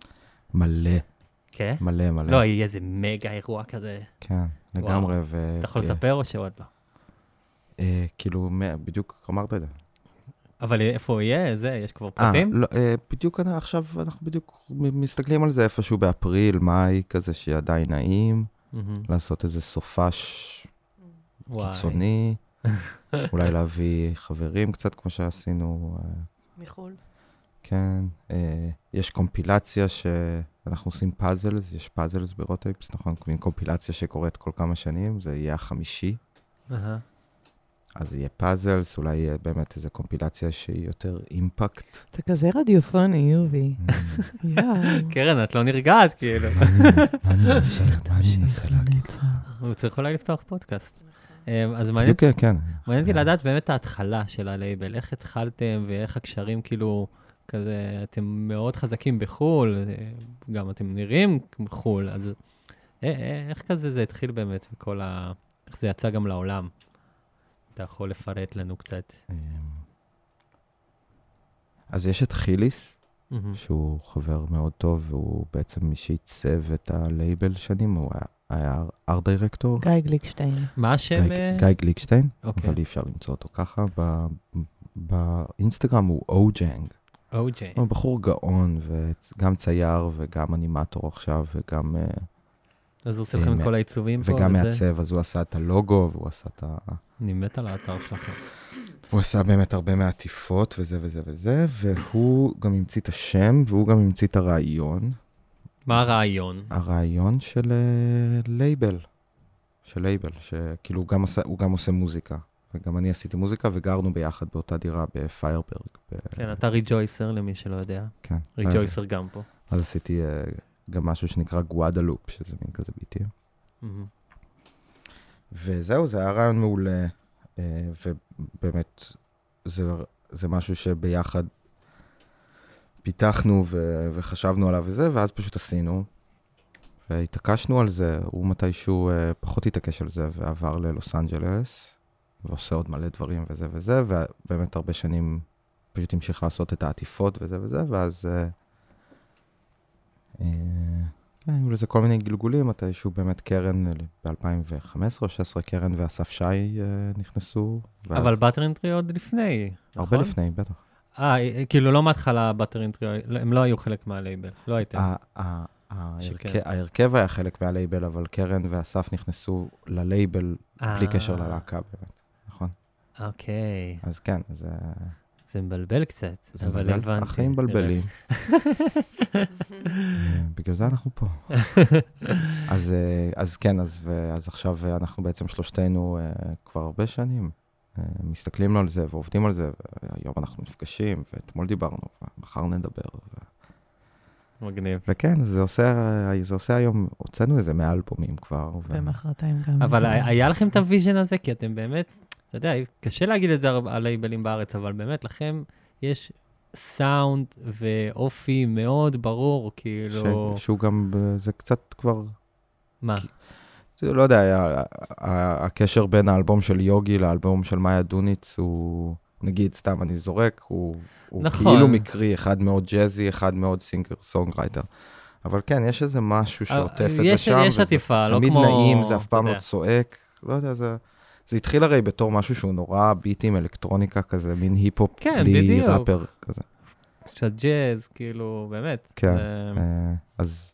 מלא, כן. מלא, מלא. לא, יהיה איזה מגה אירוע כזה. כן, וואו. לגמרי. ו... אתה יכול אה, לספר או שעוד לא? אה, כאילו, מאה- בדיוק אמרת את זה. אבל איפה הוא יהיה? זה, יש כבר אה, אה, פרטים? לא, אה, בדיוק אני- עכשיו אנחנו בדיוק מ- מסתכלים על זה איפשהו באפריל, מאי, כזה שיהיה עדיין נעים, מהמם. לעשות איזה סופש וואי. [laughs] קיצוני, אולי להביא חברים קצת, כמו שעשינו, אה, מחו"ל. כן. אה, יש קומפילציה שאנחנו עושים פאזלס, יש פאזלס ברוטייפס, נכון? מין קומפילציה שקורית כל כמה שנים, זה יהיה החמישי. אהה. אז יהיה פאזלס, אולי יהיה באמת איזו קומפילציה שהיא יותר אימפקט. [laughs] אתה כזה רדיופוני, יובי. [laughs] יואו. קרן, את לא נרגעת, כאילו. תמשיך, תמשיך כן, לנצח. הוא צריך אולי לפתוח פודקאסט. אמ, אז מעניין נכון. בדיוק, כן, כן. מעניין אותי לדעת באמת את ההתחלה של הלייבל, איך התחלתם ואיך הקשרים כאילו, כזה, אתם מאוד חזקים בחו"ל, אה, גם אתם נראים כמו חו"ל, אז אה, אה, איך כזה זה התחיל באמת, וכל ה... איך זה יצא גם לעולם? אתה יכול לפרט לנו קצת. אמ, אז יש את חיליס, מהמם. שהוא חבר מאוד טוב, והוא בעצם מי שעיצב את הלייבל שנים, הוא היה- היה ארט דירקטור. גיא גליקשטיין. כן. מה השם? אה? גיא גליקשטיין, אוקיי. אבל אי אפשר למצוא אותו ככה. ב- באינסטגרם הוא אוג'אנג. אה. אוג'יי. הוא בחור גאון, וגם צייר, וגם אנימטור עכשיו, וגם... אה, אז הוא עושה לכם את אה, כל העיצובים פה, וגם וזה- מעצב, אז הוא עשה את הלוגו, והוא עשה את ה... אני מת על האתר שלכם. הוא עשה באמת הרבה מעטיפות וזה וזה וזה, והוא גם המציא את השם, והוא גם המציא את הרעיון, מה הרעיון? הרעיון של אה, לייבל, של לייבל, שכאילו הוא גם, עשה, הוא גם עושה מוזיקה, וגם אני עשיתי מוזיקה, וגרנו ביחד באותה דירה בפיירברג. ב... כן, אתה ריג'ויסר למי שלא יודע. כן. אז, ריג'ויסר גם פה. אז עשיתי אה, גם משהו שנקרא גואדלופ, שזה מין כזה ביטים. מהמם. וזהו, זה היה רעיון מעולה, אה, ובאמת, זה, זה משהו שביחד פיתחנו ו, וחשבנו עליו וזה, ואז פשוט עשינו, והתעקשנו על זה, הוא מתישהו אה, פחות התעקש על זה, ועבר ללוס אנג'לס, ועושה עוד מלא דברים וזה וזה, ובאמת הרבה שנים פשוט המשיך לעשות את העטיפות וזה וזה, ואז... אה, אה, כן, היו לזה כל מיני גלגולים, מתישהו באמת קרן ב-2015 או 2016, קרן ואסף שי אה, נכנסו. ואז- אבל באטרנטרי עוד לפני. הרבה נכון? לפני, בטח. אה, אה, כאילו לא מההתחלה באטרנטרי, הם לא היו חלק מהלייבל, לא הייתם. ה- ה- שכן. ההרכב- ההרכב היה חלק מהלייבל, אבל קרן ואסף נכנסו ללייבל בלי אה, קשר ללהקה באמת, נכון? אוקיי, אז כן, זה... זה מבלבל קצת, זה אבל מבלבל. הבנתי. החיים [laughs] מבלבלים. אה, בגלל זה אנחנו [laughs] פה. אז, אה, אז כן, אז, ו- אז עכשיו אה, אנחנו בעצם שלושתנו אה, כבר הרבה שנים אה, מסתכלים על זה ועובדים על זה, והיום אנחנו נפגשים, ואתמול דיברנו, ומחר נדבר. ו- מגניב. וכן, זה עושה, אה, זה עושה היום, הוצאנו איזה 100 אלבומים כבר. ו- ומחרתיים גם. כן. אבל ה- היה לכם את הוויז'ן הזה? כי אתם באמת, אתה יודע, קשה להגיד את זה הרבה- על לייבלים בארץ, אבל באמת, לכם יש סאונד ואופי מאוד ברור, ש- כאילו... שהוא גם, אה, זה קצת כבר מה? זה לא יודע, היה- ה- הקשר בין האלבום של יוגי לאלבום של מאיה דוניץ הוא, נגיד, סתם אני זורק, הוא, הוא נכון. כאילו מקרי, אחד מאוד ג'אזי, אחד מאוד סינגר סונגרייטר. אבל כן, יש איזה משהו אבל שעוטף את זה אה, יש- שם, יש וזה עטיפה, לא תמיד כמו... נעים, זה אף אתה פעם יודע. לא צועק, לא יודע, זה... זה התחיל הרי בתור משהו שהוא נורא ביטים, אלקטרוניקה כזה, מין היפ-הופ כן, בלי בדיוק. ראפר כזה. קצת ג'אז, כאילו, באמת. לא כן, זה- אה, אז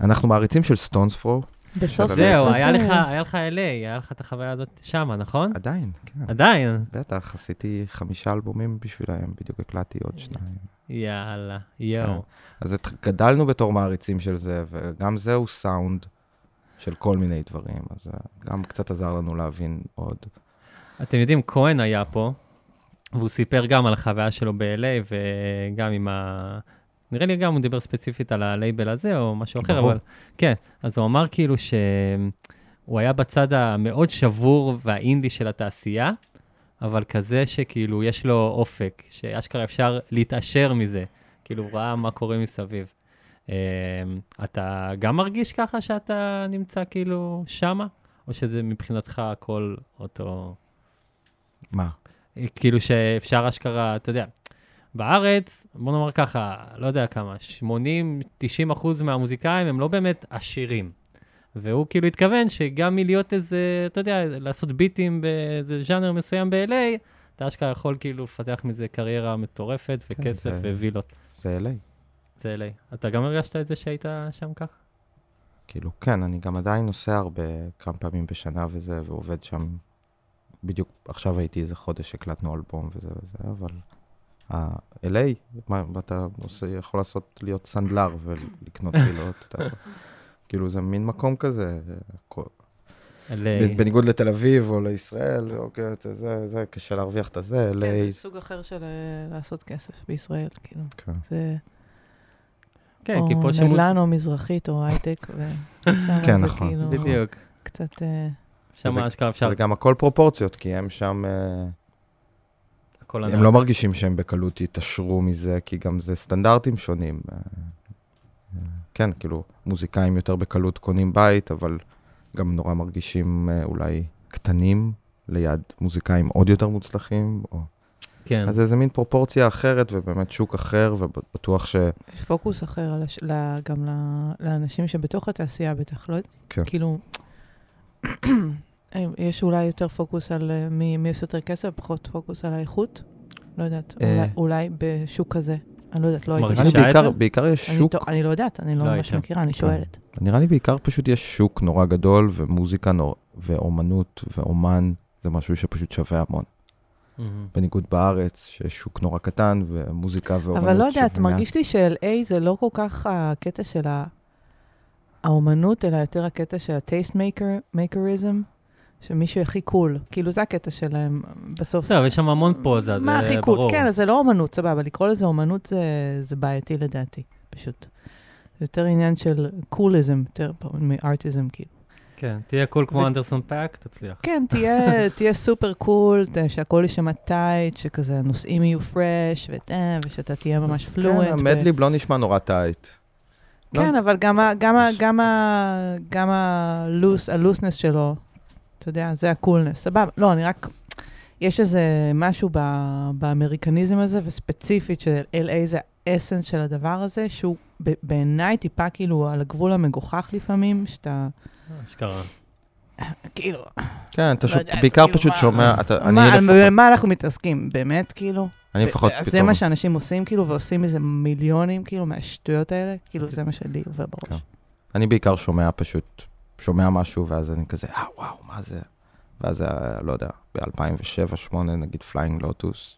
אנחנו מעריצים של סטונס פרו, בסוף אבל כן, זה זהו, קצת, היה אה, לך, היה לך LA, היה לך את החוויה הזאת שמה, נכון? עדיין, כן. עדיין. בטח, עשיתי חמישה אלבומים בשבילהם, בדיוק הקלטתי עוד שניים. יאללה, יואו. אז את- גדלנו בתור מעריצים של זה, וגם זהו סאונד של כל מיני דברים, אז זה גם קצת עזר לנו להבין עוד. אתם יודעים, כהן היה פה, והוא סיפר גם על החוויה שלו ב-LA, וגם עם ה... נראה לי גם הוא דיבר ספציפית על הלייבל הזה, או משהו אחר, ברור. אבל... כן, אז הוא אמר כאילו שהוא היה בצד המאוד שבור והאינדי של התעשייה, אבל כזה שכאילו יש לו אופק, שאשכרה אפשר להתעשר מזה. כאילו, הוא ראה מה קורה מסביב. אמ, אתה גם מרגיש ככה שאתה נמצא כאילו שמה? או שזה מבחינתך הכל אותו... מה? כאילו שאפשר אשכרה, אתה יודע, בארץ, בוא נאמר ככה, לא יודע כמה, 80-90 אחוז מהמוזיקאים הם לא באמת עשירים. והוא כאילו התכוון שגם מלהיות איזה, אתה יודע, לעשות ביטים באיזה ז'אנר מסוים ב-LA, אתה אשכרה יכול כאילו לפתח מזה קריירה מטורפת וכסף כן, זה- ווילות. זה LA. זה LA. אתה גם הרגשת את זה שהיית שם ככה? כאילו, כן, אני גם עדיין נוסע הרבה, כמה פעמים בשנה וזה, ועובד שם. בדיוק עכשיו הייתי איזה חודש, הקלטנו אלבום וזה וזה, אבל... ה-LA, מה, אתה עושה, יכול לעשות, להיות סנדלר ולקנות מילות, אתה [laughs] יודע. כאילו, זה מין מקום כזה, הכל- LA. בניגוד לתל אביב או לישראל, אוקיי, זה, זה, זה קשה להרוויח את הזה, כן, זה LA, סוג אחר של אה, לעשות כסף בישראל, כאילו. כן. זה כן, כי או פה שמוז... נדל"ן או מזרחית או הייטק, [laughs] ושם כן, זה נכון. כאילו בדיוק. קצת... אה, שם זה- אשכרה אפשר, זה גם הכל פרופורציות, כי הם שם, אה, הכל ענק. הם לא מרגישים שהם בקלות יתעשרו מזה, כי גם זה סטנדרטים שונים. אה, אה, כן, כאילו, מוזיקאים יותר בקלות קונים בית, אבל גם נורא מרגישים אה, אולי קטנים ליד מוזיקאים עוד יותר מוצלחים. או... כן. אז זה, זה מין פרופורציה אחרת, ובאמת שוק אחר, ובטוח ש... יש פוקוס אחר על הש... ל... גם ל... לאנשים שבתוך התעשייה בטח, לא... כן. כאילו, [clears throat] אה, יש אולי יותר פוקוס על אה, מי, מי עושה יותר כסף, פחות פוקוס על האיכות. לא יודעת, אה. אולי, אולי בשוק כזה. אני לא יודעת, לא את הייתי מרגישה נראה לי שם. את בעיקר, זה? בעיקר יש אני שוק טוע- אני לא יודעת, אני לא לא ממש הייתה. מכירה, כן. אני שואלת. נראה לי בעיקר פשוט יש שוק נורא גדול, ומוזיקה נור... ואומנות ואומן זה משהו שפשוט שווה המון. מהמם. בניגוד בארץ, שיש שוק נורא קטן, ומוזיקה ואומנות אבל לא יודעת, שווה מעט. מרגיש לי של-A זה לא כל כך הקטע של ה- האומנות, אלא יותר הקטע של הטייסט מייקריזם, שמישהו הכי קול. כאילו, זה הקטע שלהם בסוף. טוב, יש שם המון פוזה, זה ברור. מה הכי קול? כן, אז זה לא אומנות, סבבה, לקרוא לזה אומנות זה- זה בעייתי לדעתי, פשוט. זה יותר עניין של קוליזם, יותר מארטיזם, כאילו. כן, תהיה קול כמו ו- אנדרסון פאק, תצליח. כן, [laughs] תהיה, תהיה סופר קול, ת- שהכל יישמע טייט, שכזה הנושאים יהיו פרש, ושאתה תהיה ממש פלואנט. כן, המדליב לא נשמע נורא טייט. לא? כן, אבל גם ה- גם ה- גם ה- גם הלוס, הלוסנס שלו, אתה יודע, זה הקולנס, סבבה. לא, אני רק... יש איזה משהו ב- באמריקניזם הזה, וספציפית של LA זה האסנס של הדבר הזה, שהוא ב- בעיניי טיפה כאילו על הגבול המגוחך לפעמים, שאתה אה, אשכרה. כאילו, כן, אתה לא שוק, יודעת, בעיקר כאילו, פשוט מה- שומע, אתה, אני מה, לפחות, על מה אנחנו מתעסקים, באמת, כאילו? אני לפחות אז זה פתאום, מה שאנשים עושים, כאילו, ועושים מזה מיליונים, כאילו, מהשטויות האלה, כאילו, אוקיי. זה מה שלי עובר כן. בראש. אני בעיקר שומע פשוט, שומע משהו, ואז אני כזה, אה, וואו, מה זה? ואז, היה, לא יודע, ב-2007-2008, נגיד פליינג לוטוס,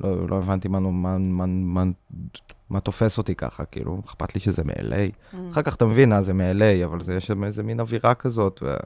לא, לא הבנתי מה, מה, מה, מה, מה תופס אותי ככה, כאילו, אכפת לי שזה מ-LA. Mm. אחר כך אתה מבין, אה, זה מ-LA, אבל זה, יש שם איזה מין אווירה כזאת, Mm. ואתה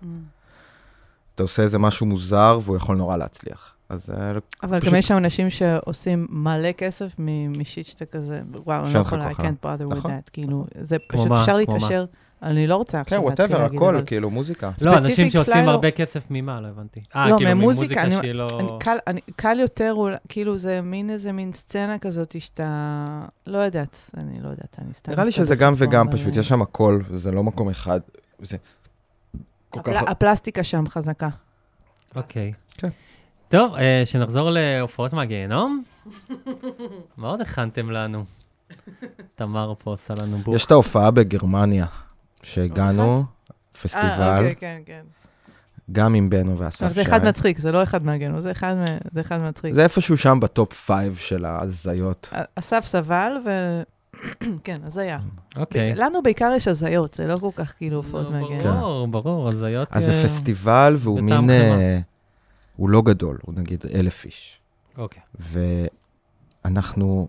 עושה איזה משהו מוזר, והוא יכול נורא להצליח. אז אה, אבל פשוט- גם יש שם אנשים שעושים מלא כסף מ- משיט שאתה כזה, וואו, אני לא שאין לך יכולה, I כוח, can't אה? bother with נכון. that, כאילו, זה כמו פשוט מה? אפשר כמו מה? להתקשר, אני לא רוצה כן, עכשיו להתחיל וואטאבר, להגיד, הכל, אבל... כאילו, מוזיקה. לא, אנשים ספציפיק שעושים פליילו- הרבה כסף ממה, לא הבנתי. אה, לא, כאילו ממוזיקה, ממוזיקה אני- שהיא לא... אני- קל- אני- קל יותר, אולי- כאילו, זה מין איזה מין סצנה כזאת שאתה, לא יודעת, אני לא יודעת, אני סתם... נראה לי שזה מסתבכת גם פה, וגם, אבל, פשוט, אה, יש שם הכל, וזה לא מקום אחד. זה כל כך... הפל- הפלסטיקה שם חזקה. אוקיי. כן. טוב, אה, שנחזור להופעות מהגיהנום. מה עוד הכנתם לנו? תמר פה עושה לנו בוק. יש את ההופעה בגרמניה, שהגענו, פסטיבל, כן, כן. גם עם בנו ואסף אבל שי. זה אחד מצחיק, זה לא אחד מהגנו, זה אחד מ- זה אחד מצחיק. זה איפשהו שם בטופ פייב של ההזיות. אסף סבל, ו... [clears throat] כן, הזיה. אוקיי. לנו בעיקר יש הזיות, זה לא כל כך כאילו לא, הופעות נו, כן. מהגן. ברור, ברור, הזיות... אז אה, זה פסטיבל והוא בטעם מין... חברה. אה, הוא לא גדול, הוא נגיד אלף איש. אוקיי. ואנחנו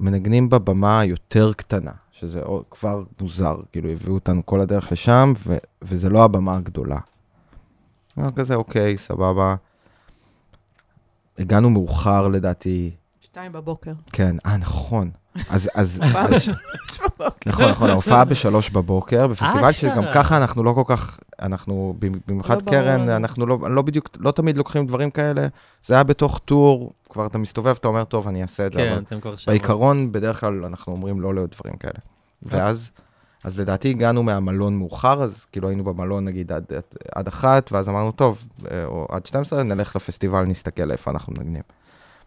מנגנים בבמה יותר קטנה, שזה או- כבר מוזר, כאילו הביאו אותנו כל הדרך לשם, ו- וזה לא הבמה הגדולה. אמרנו כזה, אוקיי, סבבה. הגענו מאוחר לדעתי, שתיים בבוקר. כן, אה, נכון. אז, אז, [laughs] הופעה אז נכון, נכון, ההופעה בשלוש בבוקר, בפסטיבל שגם אשכרה. ככה אנחנו לא כל כך, אנחנו, במ- במיוחד ברור קרן, לנו. אנחנו לא, לא בדיוק, לא תמיד לוקחים דברים כאלה. זה היה בתוך טור, כבר אתה מסתובב, אתה אומר, טוב, אני אעשה את זה, כן, לא, אבל אתם כבר שם. אה. בעיקרון, בדרך כלל אנחנו אומרים לא לדברים כאלה. ואז, אז לדעתי הגענו מהמלון מאוחר, אז כאילו היינו במלון נגיד עד, עד, עד אחת, ואז אמרנו, טוב, אה, או עד 12, נלך לפסטיבל, נסתכל איפה אנחנו מנגנים.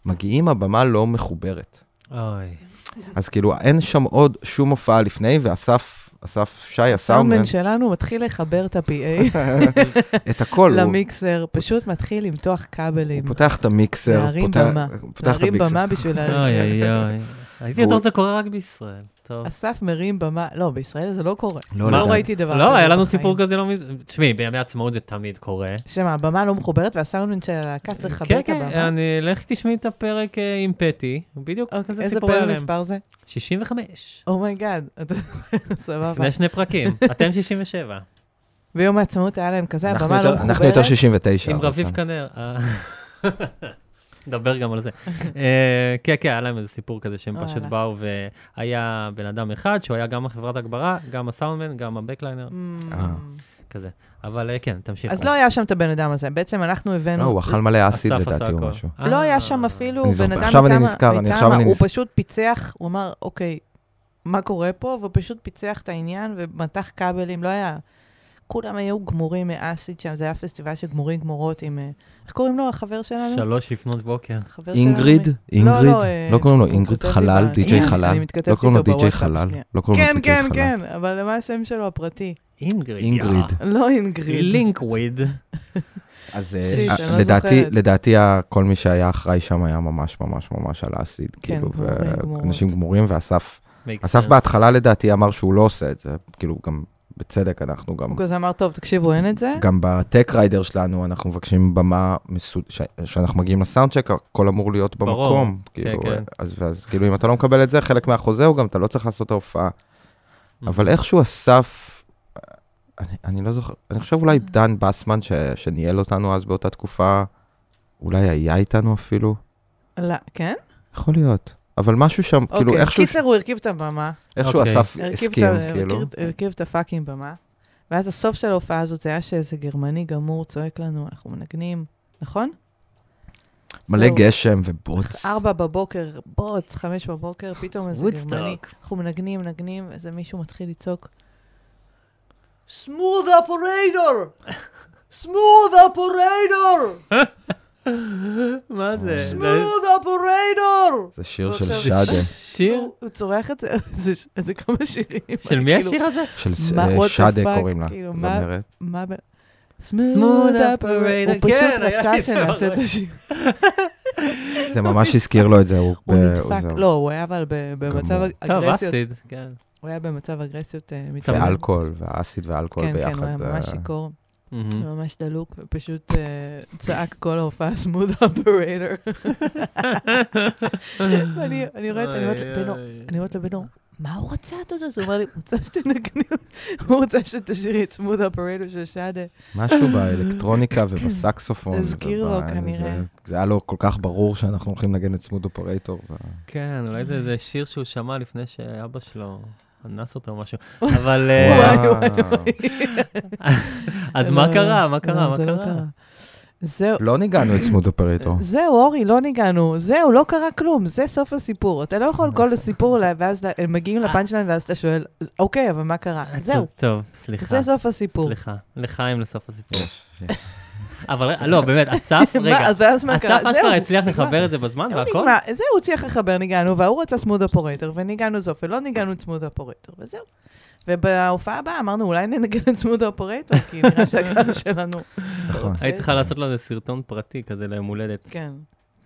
מגיעים, הבמה לא מחוברת. אוי. אז כאילו, אין שם עוד שום הופעה לפני, ואסף, אסף שי, הסאונדמן, הסאונדמן שלנו מתחיל לחבר [laughs] את ה-PA את הכל, הוא, למיקסר, פשוט מתחיל למתוח כבלים. הוא פותח את המיקסר, להרים פותח, במה. פותח את להרים המיקסר. במה בשביל אוי להרים. אוי אוי. הייתי והוא- יותר זה קורה רק בישראל. טוב. אסף מרים במה, לא, בישראל זה לא קורה. לא, לא לדעתי. ראיתי דבר כזה לא, היה לנו בחיים. סיפור כזה לא מזמן. תשמעי, בימי העצמאות זה תמיד קורה. שמה, הבמה לא מחוברת והסאונדמן של הלהקה צריך לחבר כן, את כן, הבמה. אני- לך תשמעי את הפרק אה, עם פטי, בדיוק אה? אוקיי, כזה איזה סיפור היה פרק להם. מספר זה? 65. אומייגאד, [laughs] אתה סבבה. לפני שני [laughs] פרקים, אתם 67. ביום העצמאות היה להם כזה, אנחנו הבמה לא יותר- אנחנו יותר מחוברת. 69. עם אבל רביב שם. כנר. אה. [laughs] נדבר גם על [laughs] זה. אה, כן, כן, היה להם איזה סיפור כזה שהם פשוט וואלה. באו והיה בן אדם אחד שהוא היה גם החברת הגברה, גם הסאונדמן, גם הבקליינר, אה. כזה. אבל אה, כן, תמשיך. Mm. אז לא היה שם את הבן אדם הזה, בעצם אנחנו לא, הוא הבאנו... אכל מלא אסיד אסף עשה לדעתי או הכל. משהו. אה. לא היה שם אפילו אני זוכר. בן אדם עכשיו אני מטעם ה- נזכר, אני- מטעם עכשיו ה- אני הוא נזכר. פשוט פיצח, הוא אמר, אוקיי, מה קורה פה? והוא פשוט פיצח את העניין ומתח כבלים, לא היה... כולם היו גמורים מאסיד שם, זה היה פסטיבל של גמורים גמורות עם... אה, איך קוראים לו, החבר שלנו? שלוש לפנות בוקר. החבר שלנו? אינגריד, לא, אינגריד, אה, לא קוראים לו הוא אינגריד כותב לי חלל, ב- די.ג'יי אני חלל, מתכתבת לא קוראים לו איתו די.ג'יי בוואטסאפ, חלל, שנייה. לא קוראים כן, לו די.ג'יי כן, חלל, כן, אבל מה השם שלו הפרטי? אינגריד. אינגריד. לא אינגריד. לינקוויד. אז אה, שיט, אני לא לדעתי, זוכרת. לדעתי ה- כל מי שהיה אחראי שם היה ממש ממש ממש על האסיד, כאילו, כן, גמורים, גמורות. ואנשים גמורים, ואסף אסף בהתחלה לדעתי אמר שהוא לא עושה את זה, כאילו גם בצדק אנחנו גם, הוא כזה אמר, טוב, תקשיבו, אין את זה. גם בטק ריידר שלנו אנחנו מבקשים במה, מסוד- ש- שאנחנו מגיעים לסאונד צ'ק, הכל אמור להיות ברור, במקום, כן, כאילו, כן. אז, ואז כאילו אם אתה לא מקבל את זה, חלק מהחוזה הוא גם, אתה לא צריך לעשות את ההופעה. Mm. אבל איכשהו אסף, אני, אני לא זוכר, אני חושב אולי Mm. דן בסמן ש, שניהל אותנו אז באותה תקופה, אולי היה איתנו אפילו, לא, כן? יכול להיות. אבל משהו שם, כאילו אוקיי. איכשהו, קיצר, הוא הרכיב את הבמה, איכשהו אוקיי. אסף הרכיב את הסכים, ה- כאילו. הרכיב- הרכיב את הפאקינג במה. ואז הסוף של ההופעה הזאת זה היה שאיזה גרמני גמור צועק לנו, אנחנו מנגנים, נכון? מלא זהו. גשם ובוץ. ארבע בבוקר, בוץ, חמש בבוקר, פתאום איזה Woodstock. גרמני. אנחנו מנגנים, מנגנים, איזה מישהו מתחיל לצעוק, סמוד אפוריידור! סמוד אפוריידור! [laughs] מה זה? סמוד אפוריידור! זה שיר ועכשיו- של שדה, שיר? הוא צורח את זה, [laughs] זה- זה כמה שירים. של מי כאילו, השיר הזה? של ס- מה, אה, what the שדה fuck, קוראים לה, כאילו, מה- זמרת. מה ב... Smooth operator. הוא פשוט כן, היה לי רצה שנעשה את סבבה. השיר. זה ממש הזכיר לו את זה, הוא [laughs] הוא ב- נדפק. זהו. לא, הוא היה אבל ב- במצב גמור. טוב, כאילו, אגרסיות. אסיד, כן. הוא היה במצב אגרסיות אה, מתקדם. ואלכוהול, והאסיד והאלכוהול כן, ביחד. כן, הוא היה זה- ממש שיכור, Mm. מהמם. ממש דלוק, ופשוט אה, צעק כל ההופעה סמוד אופרטור. [laughs] ואני אני רואה, את- אני אומרת אוי, לבנו, אוי. אני אומרת לבנו, מה הוא רוצה הדוד הזה? הוא אומר לי, הוא רוצה שתנגני, [laughs] הוא רוצה שתשאירי את סמוד אופרטור של אה, שדה. [laughs] משהו באלקטרוניקה ובסקסופון. הזכיר לו וב- כנראה. זה- זה היה לו כל כך ברור שאנחנו הולכים לנגן את צמוד אופרטור. אה, ו- כן, אולי זה איזה שיר שהוא שמע לפני שאבא שלו אנס אותו או [laughs] משהו. אבל... אה, וואי, וואו. וואי, אז לא, מה לא, קרה? מה קרה? לא, מה זה לא קרה? זהו, לא ניגענו את צמוד אופרטור. זהו, אורי, לא ניגענו. זהו, לא קרה כלום, זה סוף הסיפור. אתה לא יכול כל הסיפור, לה- ואז לה- הם מגיעים אה. לפאנץ' שלהם, ואז אתה שואל, אוקיי, אבל מה קרה? זהו, טוב, אה, סליחה. זה סוף הסיפור. סליחה. לחיים לסוף הסיפור. אבל לא, באמת, אסף, רגע. [laughs] מה, אז ואז מה קרה? אסף אשכרה זהו, הצליח נגמר. לחבר את זה בזמן הוא והכל? נגמר. זהו, הוא הצליח לחבר, ניגענו, וההוא רצה צמוד אופורטור, וניגענו זו, ולא ניגענו צמוד אופורטור, וזהו. ובהופעה הבאה אמרנו, אולי ננגן את צמוד האופורטור, [laughs] כי נראה שהקהל שלנו נכון. רוצה. היית צריכה לעשות לו איזה סרטון פרטי כזה ליום הולדת. כן.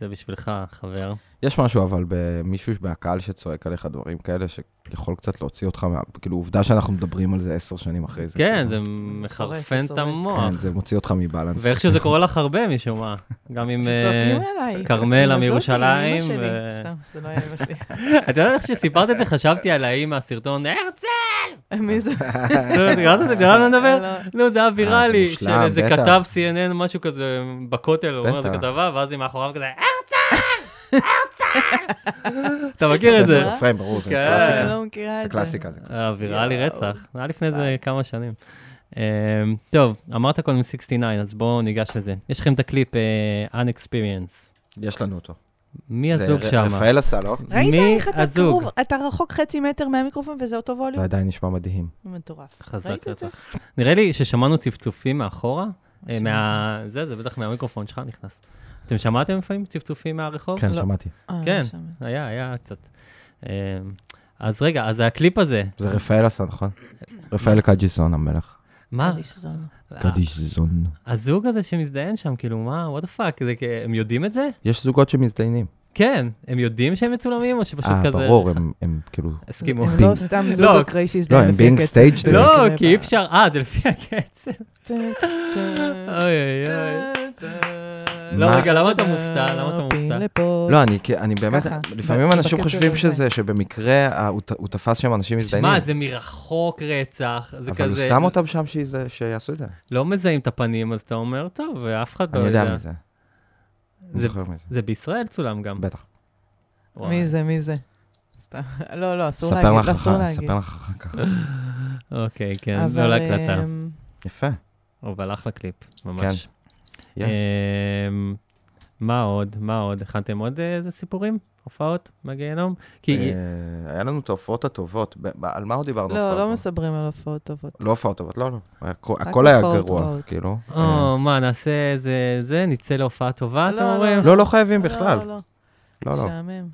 זה בשבילך, חבר. יש משהו, אבל במישהו מהקהל שצועק עליך דברים כאלה, שיכול קצת להוציא אותך מה... כאילו, עובדה שאנחנו מדברים על זה עשר שנים אחרי זה. כן, כאילו. זה שורף, זה מחרפן את כן, שורף. המוח. זה מוציא אותך מבלנס. ואיך [laughs] שזה קורה לך הרבה משום מה. גם עם... שצועקים אה, עליי. כרמלה עם הזאתי, עם אמא מירושלים, שלי. ו- סתם, זה לא היה אמא שלי. [laughs] אתה יודע איך כשסיפרת את זה, חשבתי על האי מהסרטון, הרצל! מי זה? לא, אתה גרמת את זה? גרמת לנו לדבר? לא, זה היה ויראלי, של מושלם, איזה בטח. כתב CNN, משהו כזה, בכותל, הוא אומר איזה בטח. כתבה, ואז היא מאחוריו כזה, הרצל! הרצל! אתה מכיר את זה? זה פריים, ברור, זה כן. קלאסיקה. אני לא אה. מכירה זה את זה. קלאסיקה. זה קלאסיקה. אה, ויראלי רצח, זה היה לפני איזה כמה שנים. אמ, טוב, אמרת קודם 69, אז בואו ניגש לזה. יש לכם את הקליפ אה, Unexperience. יש לנו אותו. מי זה הזוג ר- שם? רפאל עשה, לא? ראית מי איך אתה הזוג? קרוב, אתה רחוק חצי מטר מהמיקרופון וזה אותו זה לא. ווליום? עדיין נשמע מדהים. מטורף. חזק ראית את זה? רצח. נראה לי ששמענו צפצופים מאחורה, אה, מה... זה, זה בטח מהמיקרופון שלך נכנס. אתם שמעתם לפעמים צפצופים מהרחוב? כן, לא. שמעתי. אה, כן. לא שמעתי. היה, היה קצת. אמ, אז רגע, אז הקליפ הזה, זה רפאל עשה, נכון? לא. רפאל קאג'יזון המלך. מה? קדיש זונה. לא. קאג'יזון. הזוג הזה שמזדיין שם, כאילו, מה, וואט דה פאק, הם יודעים את זה? יש זוגות שמזדיינים. כן, הם יודעים שהם מצולמים, או שפשוט אה, כזה... ברור, הם- הם כאילו... הסכימו. הם [laughs] לא סתם זוג לא, אקראי לא, שהזדהה הם לפי being הקצב. staged. כן, זה לא, קורה כי אי אפשר, אה, זה לפי הקצב. ב- טה, טה, אוי אוי אוי. טה, לא, אה, מה? רגע, למה אתה מופתע? למה אתה פיל מופתע? [laughs] לפה. לא, אני, כ- אני באמת, ככה, לפעמים ב- אנשים בקצב חושבים הזה. שזה, שבמקרה אה, הוא ת- הוא תפס שם אנשים מזדיינים. שמע, זה מרחוק רצח, זה כזה... אבל הוא שם אותם שם שזה- שיעשו את זה. לא מזהים את הפנים, אז אתה אומר, טוב, ואף אחד לא אני יודע. יודע מי זה. אני זה- זוכר מי זה. זה בישראל צולם גם. בטח. וואי. מי זה, מי זה? סתם. לא, לא, אסור ספר להגיד, לך אסור אחר להגיד. ספר לך אחר כך. אוקיי, כן, אבל, לא להקלטה. אמ, יפה. אבל אחלה קליפ, כן. ממש. יא. אמ, מה עוד? מה עוד? הכנתם עוד אה, איזה סיפורים? הופעות? מהגיהנום? כי... אה, היה לנו את ההופעות הטובות. ב- ב- על מה עוד דיברנו? לא, הופעות? לא מסברים על הופעות טובות. לא הופעות טובות, לא, לא. הכ- הכל היה הופעות גרוע, רעות. כאילו. אה, או, מה, נעשה איזה... זה, נצא להופעה טובה, אתם לא, לא. [laughs] אומרים? לא, לא חייבים בכלל. לא, לא, לא, לא. משעמם.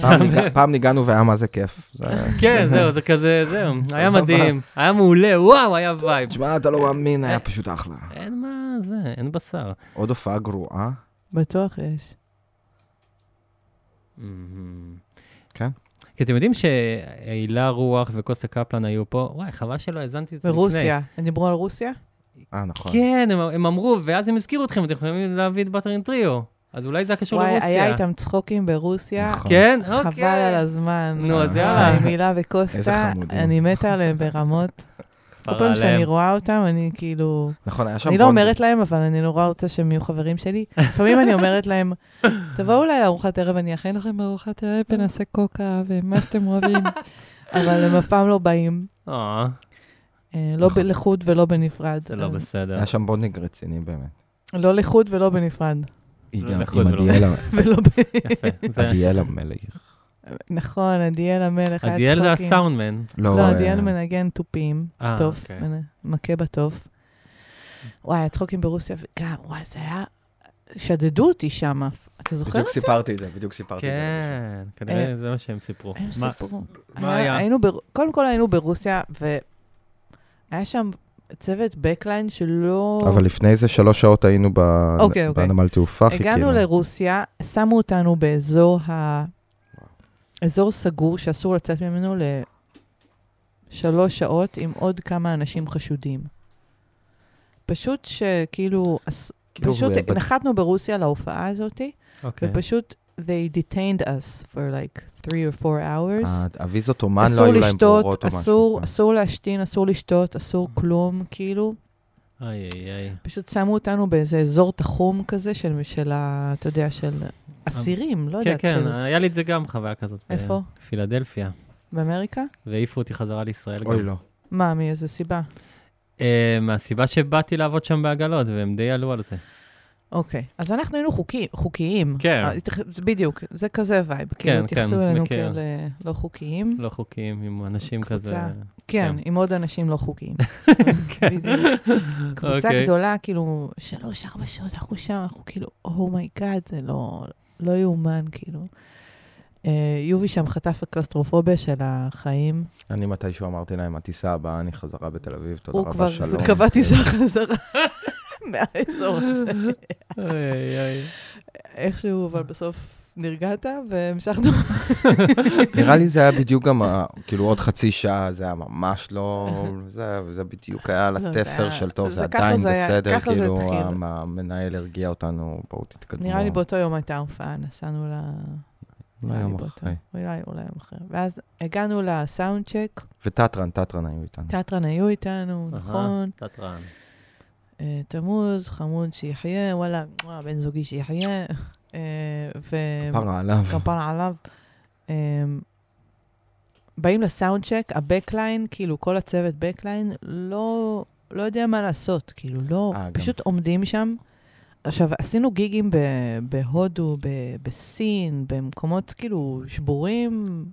פעם ניג- פעם ניגענו והיה מה זה כיף. זה- כן, זהו, זה כזה, [laughs] זהו. היה לא, סבבה. מדהים, היה מעולה, וואו, היה [laughs] וייב. תשמע, אתה לא מאמין, היה פשוט אחלה. אין מה זה, אין בשר. עוד הופעה גרועה. בטוח יש. כן. כי אתם יודעים שהילה רוח וקוסטה קפלן היו פה, וואי, חבל שלא האזנתי את זה לפני. ברוסיה. הם דיברו על רוסיה? אה, נכון. כן, הם, הם אמרו, ואז הם הזכירו אתכם, אתם יכולים להביא את באטרין טריו. אז אולי זה היה קשור וואי, לרוסיה. היה איתם צחוקים ברוסיה. נכון. כן? אוקיי. חבל על הזמן. נו, אז אה, יאללה. עם הילה איזה וקוסטה, חמודים. אני מתה עליהם ברמות. כל אוקיי. פעם שאני רואה אותם, אני כאילו... נכון, היה שם אני לא בונדינג. אומרת להם, אבל אני נורא רוצה שהם יהיו חברים שלי. לפעמים אני אומרת להם, תבואו אולי לארוחת ערב, אני אכין לכם ארוחת ערב ונעשה קוקה ומה שאתם אוהבים. אבל הם אף פעם לא באים, אה, אה, לא ב- לחוד ולא בנפרד. זה לא אה, בסדר. היה שם בונדינג רציני באמת. לא לחוד ולא בנפרד. היא לא גם נכון, לחוד עם ולא- עדיאל ה- ולא ב... [laughs] יפה. זה- עדיאל המלך. נכון, עדיאל המלך היה צחוקים. עדיאל זה הסאונדמן. לא, אה, עדיאל מנגן תופים, אה, תוף, אוקיי. מנ- מכה בתוף. וואי, הצחוקים ברוסיה, וגם, וואי, זה היה... שדדו אותי שם, אתה זוכר? בדיוק סיפרתי את זה, בדיוק סיפרתי את זה. למישהו. כן, כנראה זה מה שהם סיפרו. אה, הם מה- סיפרו. מה היה? היינו בר... קודם כל היינו ברוסיה, והיה שם צוות בקליין שלא... אבל לפני זה שלוש שעות היינו ב- אוקיי, אוקיי. בנמל תעופה, חיכינו. הגענו לרוסיה, שמו אותנו באזור ה... אזור סגור שאסור לצאת ממנו לשלוש שעות עם עוד כמה אנשים חשודים. פשוט שכאילו, אס- כאילו, פשוט ב- כן. נחתנו ברוסיה להופעה הזאת, אוקיי. ופשוט they detained us for like three or four hours. הוויזות אומן לא אסור היו להם לשתות, ברורות או משהו. אסור, כן. אסור להשתין, אסור לשתות, אסור כלום, כאילו. איי, איי, איי. פשוט שמו אותנו באיזה אזור תחום כזה של, של ה... אתה יודע, של אסירים, לא כן, יודעת, כן, של... היה לי את זה גם חוויה כזאת. ב- איפה? פילדלפיה. באמריקה? והעיפו אותי חזרה לישראל גם. אוי, לא. מה, מאיזה סיבה? אה, מהסיבה שבאתי לעבוד שם בעגלות, והם די עלו על זה. אוקיי. אז אנחנו היינו חוקי, חוקיים. כן. אה, התייח- זה בדיוק, זה כזה וייב. כן, כן, כאילו, התייחסו אלינו מכיר. כאלה לא חוקיים. לא חוקיים, עם אנשים קבוצה. כזה. כן, כן. עם עוד אנשים לא חוקיים. [laughs] בדיוק. קבוצה אוקיי. גדולה, כאילו, שלוש, ארבע שעות, אנחנו שם, אנחנו כאילו, אומייגאד, זה לא, לא יאומן, כאילו. אה, יובי שם חטף הקלסטרופוביה של החיים. אני מתישהו אמרתי להם, הטיסה הבאה, אני חזרה בתל אביב, תודה הוא רבה, כבר שלום. כן. קבע טיסה חזרה [laughs] מהאזור הזה. איי, איי, איי. איכשהו, אבל בסוף נרגעת והמשכנו. נראה לי זה היה בדיוק גם, ה- כאילו עוד חצי שעה, זה היה ממש לא... זה, זה בדיוק היה על לא, זה התפר היה- של טוב, זה זה ככה עדיין זה היה- בסדר, ככה זה כאילו התחיל. המ- המנהל הרגיע אותנו, בואו תתקדמו. נראה לי באותו יום הייתה הופעה, נסענו ל... אולי נראה לי יום באותו- אחרי. אולי, אולי יום אחרי. ואז הגענו לסאונד צ'ק, וטטרן, טטרן היו איתנו. תיאטרן היו איתנו, נכון. תתרן. אה, תמוז, חמוד שיחיה, וואלה, מואה, בן זוגי שיחיה. אה, ו... פרה עליו. כפרה עליו. אמ, באים לסאונד צ'ק, הבקליין, כאילו כל הצוות בקליין, לא, לא יודע מה לעשות, כאילו לא, אה, גם. פשוט עומדים שם. עכשיו, עשינו גיגים ב, בהודו, ב, בסין, במקומות כאילו שבורים,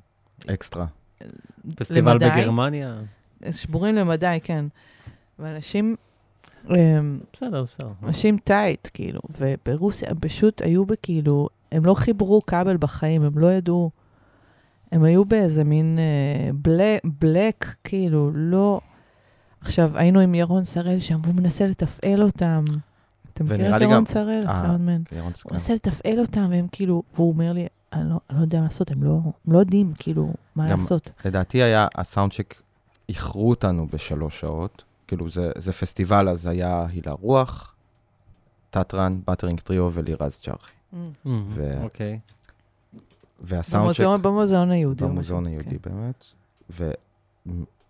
אקסטרה. פסטיבל למדי. בגרמניה. שבורים למדי, כן. ואנשים, אמ, בסדר, בסדר. [laughs] אנשים טייט, כאילו, וברוסיה הם פשוט היו בכאילו, הם לא חיברו כבל בחיים, הם לא ידעו. הם היו באיזה מין אה, בלה, בלק, כאילו, לא... עכשיו, היינו עם ירון שראל שם, והוא מנסה לתפעל אותם. אתה מכיר ונראה את לי ירון גם- שראל, אה, הסאונדמן? ירון סקאן. הוא מנסה לתפעל אותם, והם כאילו, והוא אומר לי, אני לא, אני לא יודע מה לעשות, הם לא, הם לא יודעים, כאילו, מה גם- לעשות. לדעתי היה, הסאונדשק איחרו אותנו בשלוש שעות. כאילו, זה, זה פסטיבל, אז היה הילה רוח, טטרן, באטרינג טריו ולירז צ'רחי. ו- אוקיי. והסאונדשק... במוזיאון, במוזיאון היהודי. או משהו, במוזיאון היהודי, כן. באמת.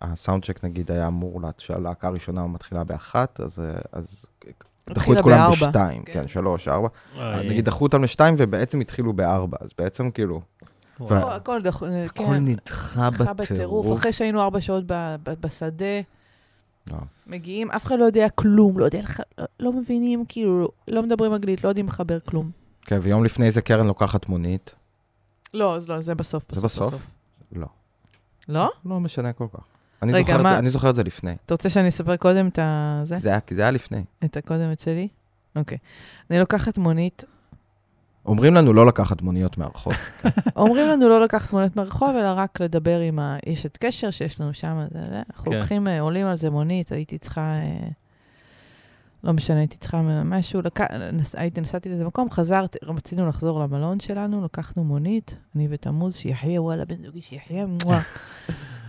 והסאונדשק, נגיד, היה אמור, לה- שהלהקה הראשונה מתחילה באחת, אז... אה, אז דחו את התחילה כולם בארבע. בשתיים, כן. כן, שלוש, ארבע. איי, נגיד, דחו אותם לשתיים, ובעצם התחילו בארבע, אז בעצם כאילו... וואי. הכל- הכל דח... כן. הכל נדחה נדחה בטירוף, בטירוף. אחרי שהיינו ארבע שעות ב- ב- בשדה. לא. מגיעים, אף אחד לא יודע כלום, לא יודע לך, לא- לא מבינים, כאילו, לא מדברים אנגלית, לא יודעים לחבר כלום. כן, ויום לפני זה קרן לוקחת מונית. לא, אז לא, זה בסוף, זה בסוף, בסוף? לא. לא? לא משנה כל כך. אני רגע, זוכר את מה- זה- אני זוכר את זה לפני. אתה רוצה שאני אספר קודם את ה... זה? זה היה- כי זה היה לפני. את הקודמת שלי? אוקיי. אני לוקחת מונית, אומרים לנו לא לקחת מוניות [laughs] מהרחוב. אומרים לנו לא לקחת מונית מהרחוב, אלא רק לדבר עם האשת קשר שיש לנו שם, אז זה- אנחנו כן. לוקחים, אה, עולים על זה מונית, הייתי צריכה, אה, לא משנה, הייתי צריכה משהו, לק... נס... הייתי, נסעתי לאיזה מקום, חזרתי, רצינו לחזור למלון שלנו, לקחנו מונית, אני ותמוז, שיחיה, וואלה, בן זוגי שיחיה, מואה.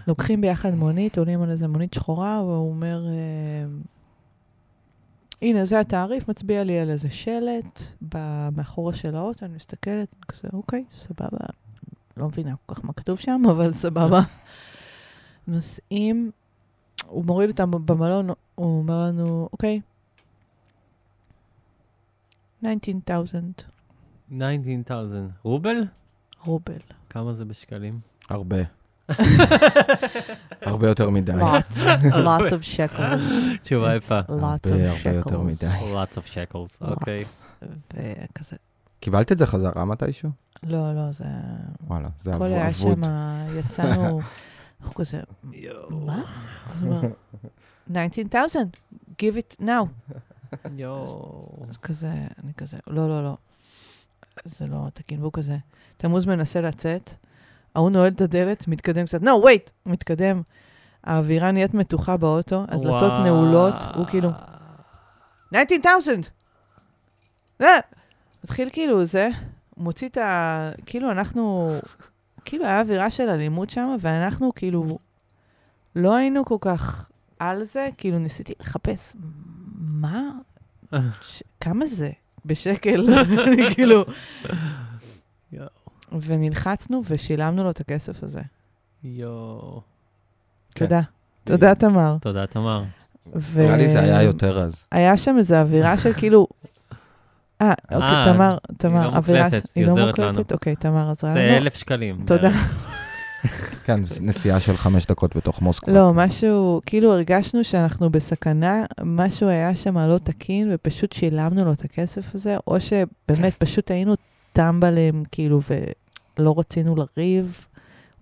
לוקחים ביחד מונית, עולים על איזה מונית שחורה, והוא אומר, אה, הנה, זה התעריף, מצביע לי על איזה שלט ב- מאחורה של האוטו, אני מסתכלת, כזה, אוקיי, סבבה. לא מבינה כל כך מה כתוב שם, אבל סבבה. נוסעים, הוא מוריד אותם במלון, הוא אומר לנו, אוקיי, 19,000 19,000. רובל? [laughs] רובל. כמה זה [laughs] בשקלים? הרבה. הרבה יותר מדי. lots, lots [laughs] of shekels. תשובה יפה. It's lots הרבה, of הרבה יותר shekels. מדי. lots of shekels, אוקיי. [laughs] lots. וכזה, קיבלת את זה חזרה מתישהו? לא, לא, זה... וואלה, זה הכל עבור- היה אבוד. שם, [laughs] יצאנו, אנחנו כזה, מה? אז הוא אומר, 19,000, give it now. יואו. אז כזה, אני כזה, לא, לא, לא. זה לא תקין, והוא כזה. תמוז מנסה לצאת, ההוא נועל את הדלת, מתקדם קצת, no, wait! מתקדם. האווירה נהיית מתוחה באוטו, הדלתות וואו. נעולות, הוא כאילו, 19,000! זה! מתחיל כאילו, זה, מוציא את ה... כאילו, אנחנו... כאילו, היה אווירה של אלימות שם, ואנחנו כאילו לא היינו כל כך על זה, כאילו, ניסיתי לחפש, מה? ש... כמה זה? בשקל, [laughs] אני כאילו... יואו. ונלחצנו ושילמנו לו את הכסף הזה. יואו. כן. תודה. תודה, תמר. תודה, תמר. אה, ו- נראה לי זה היה יותר אז. היה שם איזו [laughs] אווירה של כאילו... אה, אוקיי, אה, תמר, תמר, לא אווירה... מוקלטת, ש- היא עוזרת לנו. אוקיי, תמר עזרה זה לנו. אלף שקלים. תודה. כן, זה נסיעה של חמש דקות בתוך מוסקבה. לא, משהו, כאילו הרגשנו שאנחנו בסכנה, משהו היה שם לא תקין, ופשוט שילמנו לו את הכסף הזה, או שבאמת פשוט היינו טמבלים, כאילו, ולא רצינו לריב,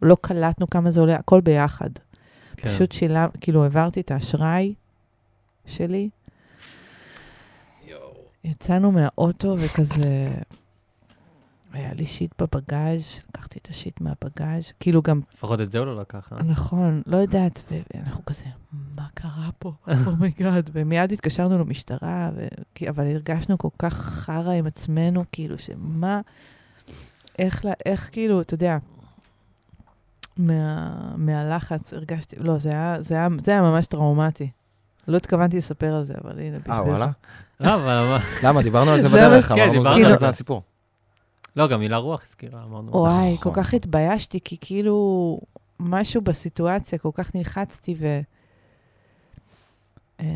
לא קלטנו כמה זה עולה, הכל ביחד. כן. פשוט שילם, כאילו העברתי את האשראי שלי. יצאנו מהאוטו וכזה, היה לי שיט בבגאז', לקחתי את השיט מהבגאז', כאילו גם, לפחות את זה הוא לא לקח. אה? נכון, לא יודעת, ו- ואנחנו כזה, מה קרה [laughs] פה? אומייגאד. ומיד התקשרנו למשטרה, ו- כי- אבל הרגשנו כל כך חרא עם עצמנו, כאילו, שמה... איך, לה- איך כאילו, אתה יודע, מה, מהלחץ הרגשתי, לא, זה היה, זה, היה, זה היה ממש טראומטי. לא התכוונתי לספר על זה, אבל הנה, בשבילך. אה, וואלה? לא, אבל... למה? דיברנו על זה [laughs] זה בדרך, אבל- כן, אמרנו דיברנו זה על חלק זה. מהסיפור. לא, גם הילה רוח הזכירה, אמרנו. וואי, כל נכון. כך התביישתי, כי כאילו, משהו בסיטואציה, כל כך נלחצתי, ו... אמ,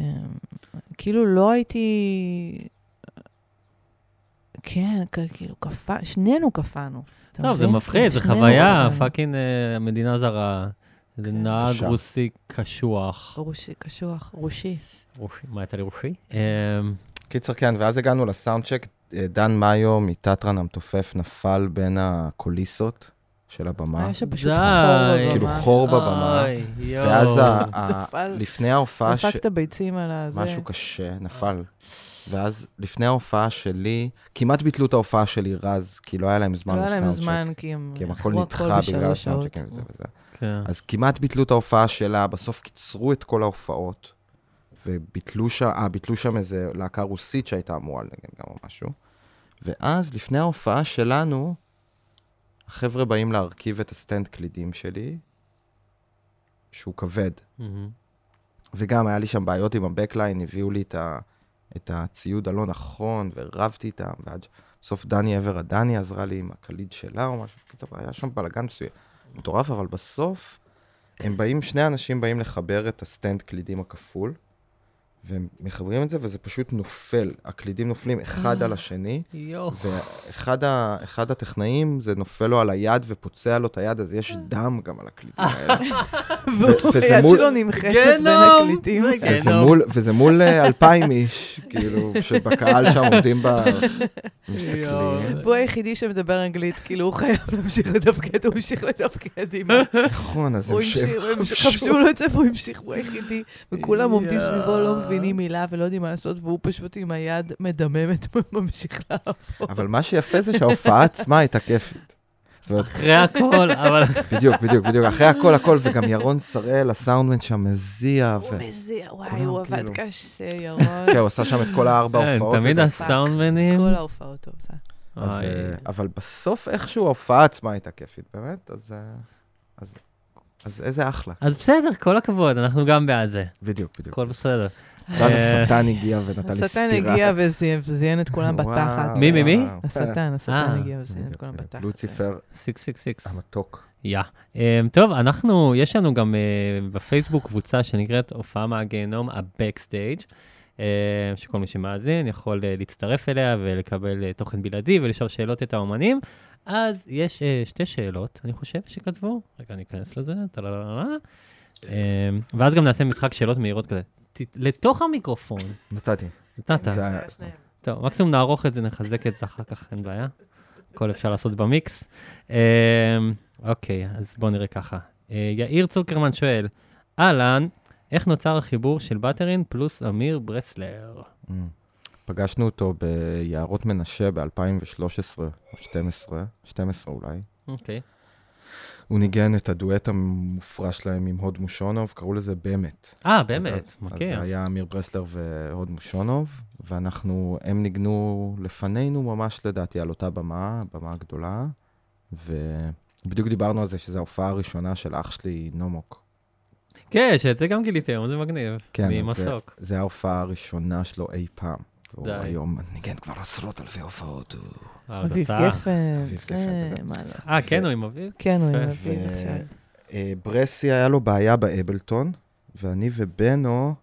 כאילו לא הייתי... כן, כ- כאילו, קפא, שנינו קפאנו. אתה טוב, זה מבין? מפחיד, זו שנינו חוויה, קפאנו. פאקינג אה, מדינה זרה. איזה כן, נהג קשה. רוסי קשוח. רושי, קשוח, רושי. רושי, מה יצא לי רושי? כן. אמ, קיצר, כן, ואז הגענו לסאונד צ'ק, אה, דן מאיו מטטרן המתופף נפל בין הקוליסות של הבמה, היה שם פשוט די. חור כאילו בבמה. חור בבמה, אוי, יואו. ואז ה- ה- נפל. לפני ההופעה, ש- דפקת ביצים על הזה. משהו קשה, נפל. ואז לפני ההופעה שלי, כמעט ביטלו את ההופעה שלי רז, כי לא היה להם זמן לא היה להם לסאונד צ'ק. זמן, כי הם כי הם הכל איחרו נדחה בגלל בשלוש הסאונד שעות. צ'קים וזה וזה. כן. אז כמעט ביטלו את ההופעה שלה, בסוף קיצרו את כל ההופעות, וביטלו שם, אה, ביטלו שם איזה להקה רוסית שהייתה אמורה לנגן גם או משהו. ואז, לפני ההופעה שלנו, החבר'ה באים להרכיב את הסטנד קלידים שלי, שהוא כבד. מהמם. וגם היה לי שם בעיות עם הבקליין, הביאו לי את, ה, את הציוד הלא נכון, ורבתי איתם, ועד ש- בסוף דני עבר הדני עזרה לי עם הקליד שלה או משהו, קיצור, היה שם בלאגן מסוים. מטורף, אבל בסוף, הם באים, שני אנשים באים לחבר את הסטנד קלידים הכפול, והם מחברים את זה, וזה פשוט נופל. הקלידים נופלים אחד על השני, יואו. ואחד ה, אחד הטכנאים, זה נופל לו על היד ופוצע לו את היד, אז יש דם גם על הקלידים האלה. ו- וזה היד מול- שלו כן, נמחצת בין גנום! הקליטים. וזה גנום. מול, וזה מול אה, אלפיים איש, כאילו, שבקהל שם עומדים ב... [laughs] יואו. מסתכלים. הוא היחידי שמדבר אנגלית, כאילו הוא חייב להמשיך לתפקד, הוא המשיך לתפקד עם... ה- נכון, אז הוא הם המשיך, שם. הוא המשיך, חפשו לו את זה והוא המשיך, הוא היחידי. וכולם עומדים סביבו, לא מבינים מילה ולא יודעים מה לעשות, והוא פשוט עם היד מדממת [laughs] ממשיך לעבור. אבל מה שיפה זה שההופעה עצמה הייתה כיפית. זאת אומרת, אחרי הכל, אבל... בדיוק, בדיוק, בדיוק. אחרי הכל, הכל, וגם ירון שראל, הסאונדמן שם מזיע, ו... הוא מזיע, וואי, כולם הוא עבד כאילו- קשה, ירון. [laughs] כן, הוא עשה שם את כל הארבע כן, הופעות. תמיד לדעתי. הסאונדמנים. כל ההופעות הוא עושה. [laughs] אז, אוי. אה, אבל בסוף איכשהו ההופעה עצמה הייתה כיפית, באמת, אז... אה, אז- אז איזה אחלה. אז בסדר, כל הכבוד, אנחנו גם בעד זה. בדיוק, בדיוק. הכל בסדר. ואז אה, השטן הגיע ונתן לי סטירה. השטן הגיע וזיין- וזיין את כולם בתחת. מי, מי, מי? וואו. השטן, השטן אה. הגיע וזיין את בדיוק, כולם כן. בתחת. אה, לוציפר 666. המתוק. יא. Yeah. טוב, אנחנו, יש לנו גם uh, בפייסבוק קבוצה שנקראת הופעה מהגיהנום, ה-Backstage, uh, שכל מי שמאזין יכול uh, להצטרף אליה ולקבל uh, תוכן בלעדי ולשאול שאלות את האומנים. אז יש uh, שתי שאלות, אני חושב, שכתבו. רגע, אני אכנס לזה, טללה. Um, ואז גם נעשה משחק שאלות מהירות כזה. ת, לתוך המיקרופון. נתתי. נתת. זה היה- טוב, מקסימום נערוך את זה, נחזק את זה אחר כך, אין בעיה. הכל אפשר לעשות במיקס. אמ, אוקיי, אז בואו נראה ככה. אה, יאיר צוקרמן שואל, אהלן, איך נוצר החיבור של בטרין פלוס אמיר ברסלר? Mm. פגשנו אותו ביערות מנשה ב-2013 או 2012, 12 אולי. אוקיי. הוא ניגן את הדואט המופרע שלהם עם הוד מושונוב, קראו לזה באמת. אה, באמת, אז- אז מכיר. זה היה אמיר ברסלר והוד מושונוב, ואנחנו, הם ניגנו לפנינו ממש לדעתי על אותה במה, במה הגדולה, ובדיוק דיברנו על זה שזו ההופעה הראשונה של אח שלי, נומוק. כן, שאת זה גם גיליתי היום, זה מגניב. כן, אז ממסוק. זה, זה ההופעה הראשונה שלו אי פעם. והוא די. היום ניגן כבר עשרות אלפי הופעות. הוא- אביב אה, גפן, אביב גפן, זה, וזה. מה לא. אה, כן, הוא עם אביב? כן, הוא עם יפה. אביב ו- עכשיו. אה, ברסי היה לו בעיה באבלטון, ואני ובנו,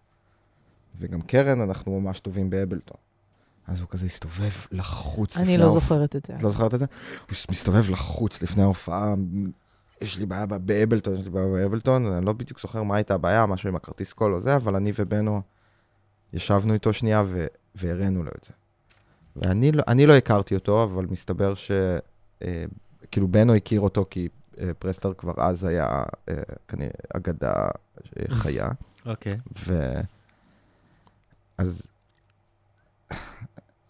וגם קרן, אנחנו ממש טובים באבלטון. אז הוא כזה הסתובב לחוץ לפני אני לא ההופעה. זוכרת את זה. את לא זוכרת את זה? הוא מס- מסתובב לחוץ לפני ההופעה, מ- יש לי בעיה ב- באבלטון, יש לי בעיה באבלטון, אני לא בדיוק זוכר מה הייתה הבעיה, משהו עם הכרטיס קול או זה, אבל אני ובנו ישבנו איתו שנייה ו- והראינו לו את זה. ואני לא, אני לא הכרתי אותו, אבל מסתבר ש... אה, כאילו, בנו הכיר אותו כי אה, ברסלר כבר אז היה אה, כנראה אגדה אה, חיה. אוקיי. ו... אז...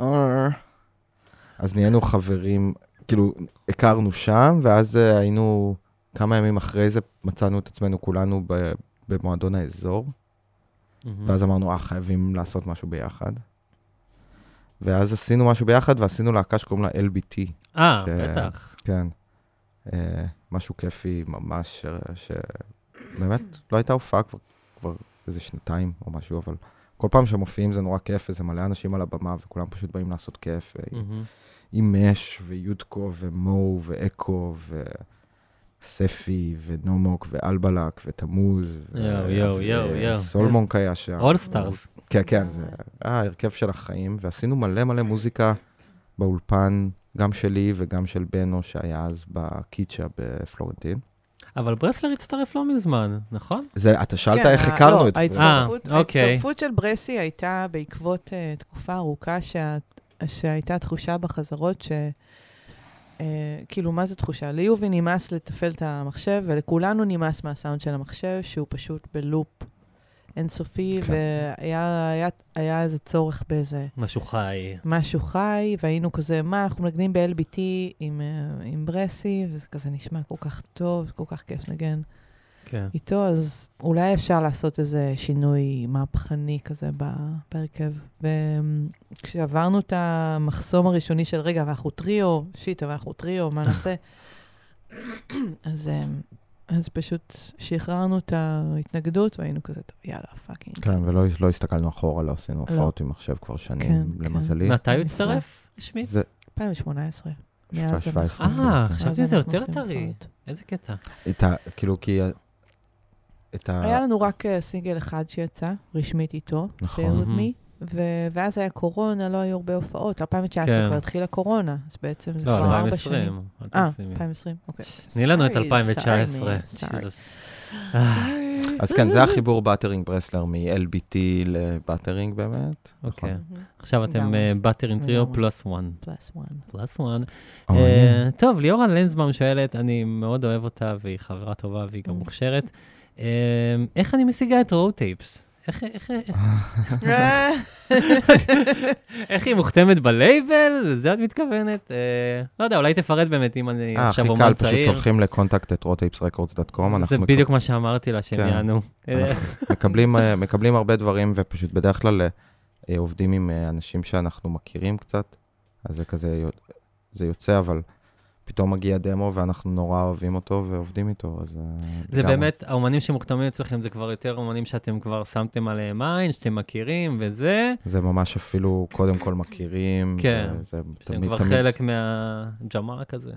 אה. אז נהיינו חברים, כאילו, הכרנו שם, ואז אה, היינו, כמה ימים אחרי זה מצאנו את עצמנו כולנו ב- במועדון האזור, מהמם. ואז אמרנו, אה, חייבים לעשות משהו ביחד. ואז עשינו משהו ביחד, ועשינו להקה שקוראים לה LBT. אה, ש- בטח. כן. אה, משהו כיפי ממש, ש- שבאמת לא הייתה הופעה כבר, כבר איזה שנתיים או משהו, אבל כל פעם שמופיעים זה נורא כיף, וזה מלא אנשים על הבמה, וכולם פשוט באים לעשות כיף, אה, מהמם. עם מש ויודקו ומו ואקו וספי ונומוק ואלבלק ותמוז. ו- יואו, יואו, יואו, יואו. סולמונק היה שם. All Stars. כן, כן, זה היה הרכב של החיים, ועשינו מלא מלא מוזיקה באולפן, גם שלי וגם של בנו, שהיה אז בקיצ'ה בפלורנטין. אבל ברסלר הצטרף לא מזמן, נכון? זה, אתה שאלת כן, איך ה- הכרנו לא, את זה. ההצטרפות- אה, אוקיי. ההצטרפות של ברסי הייתה בעקבות אה, תקופה ארוכה שה- שהייתה תחושה בחזרות ש... אה, כאילו, מה זה תחושה? ליובי נמאס לתפעל את המחשב, ולכולנו נמאס מהסאונד של המחשב, שהוא פשוט בלופ אינסופי, כן. והיה היה- היה איזה צורך באיזה משהו חי. משהו חי, והיינו כזה, מה, אנחנו מנגנים ב-LBT עם, אה, עם ברסי, וזה כזה נשמע כל כך טוב, כל כך כיף לנגן. כן. איתו, אז אולי אפשר לעשות איזה שינוי מהפכני כזה ב- בהרכב. וכשעברנו את המחסום הראשוני של, רגע, אבל אנחנו טריו, שיט, אבל אנחנו טריו, מה נעשה? אז, אמ, אז פשוט שחררנו את ההתנגדות, והיינו כזה, טוב, יאללה, פאקינג. כן, ולא לא הסתכלנו אחורה, לא עשינו הופעות עם מחשב כבר שנים, כן. למזלי. מתי הוא הצטרף? רשמית? זה 2018. מאז 17. אנחנו- אה, מאז חשבתי שזה אנחנו יותר עושים טרי. הופעות. איזה קטע. את ה... כאילו, כי... ה- את ה... היה לנו רק אה, סינגל אחד שיצא, רשמית איתו, נכון. Stay With מהמם. Me, ו- ואז היה קורונה, לא היו הרבה הופעות. 2019 כן. כבר התחילה קורונה, אז בעצם זה לא, כבר ארבע שנים. 2020. אל אה, תגזימי. 2020, אוקיי. תני לנו את Sorry, 2019. sorry, sorry. Jesus. אה. אז כן, זה החיבור באטרינג ברסלר מ-LBT לבאטרינג באמת. נכון. אוקיי. מהמם. עכשיו אתם לגמרי. אה, באטרין טריו לגמרי. פלוס וואן. Mm-hmm. Plus one. [laughs] פלוס וואן. Oh, אה, טוב, ליאורה לנזבאום שואלת, אני מאוד אוהב אותה, והיא חברה טובה והיא גם Mm. מוכשרת. אה, איך אני משיגה את רואו טייפס? איך- איך- איך- אה, איך [laughs] היא מוכתמת בלייבל? לזה את מתכוונת? אה, לא יודע, אולי תפרט באמת אם אני אה, עכשיו הכי אומן קל, פשוט צעיר. שולחים לקונטקט את rottapesrecords.com, זה אנחנו מק- בדיוק מה שאמרתי לה, שהם כן. יענו. אה, מקבלים, אה, מקבלים הרבה דברים, ופשוט בדרך כלל אה, אה, עובדים עם אה, אנשים שאנחנו מכירים קצת, אז זה כזה, יו- זה יוצא, אבל פתאום מגיע דמו ואנחנו נורא אוהבים אותו ועובדים איתו, אז... אה, זה לגמרי. באמת, האומנים שמוכתמים אצלכם זה כבר יותר אומנים שאתם כבר שמתם עליהם עין, שאתם מכירים וזה, זה ממש אפילו קודם כל מכירים. כן. זה שהם תמיד, כבר תמיד, חלק מהג'מארה כזה.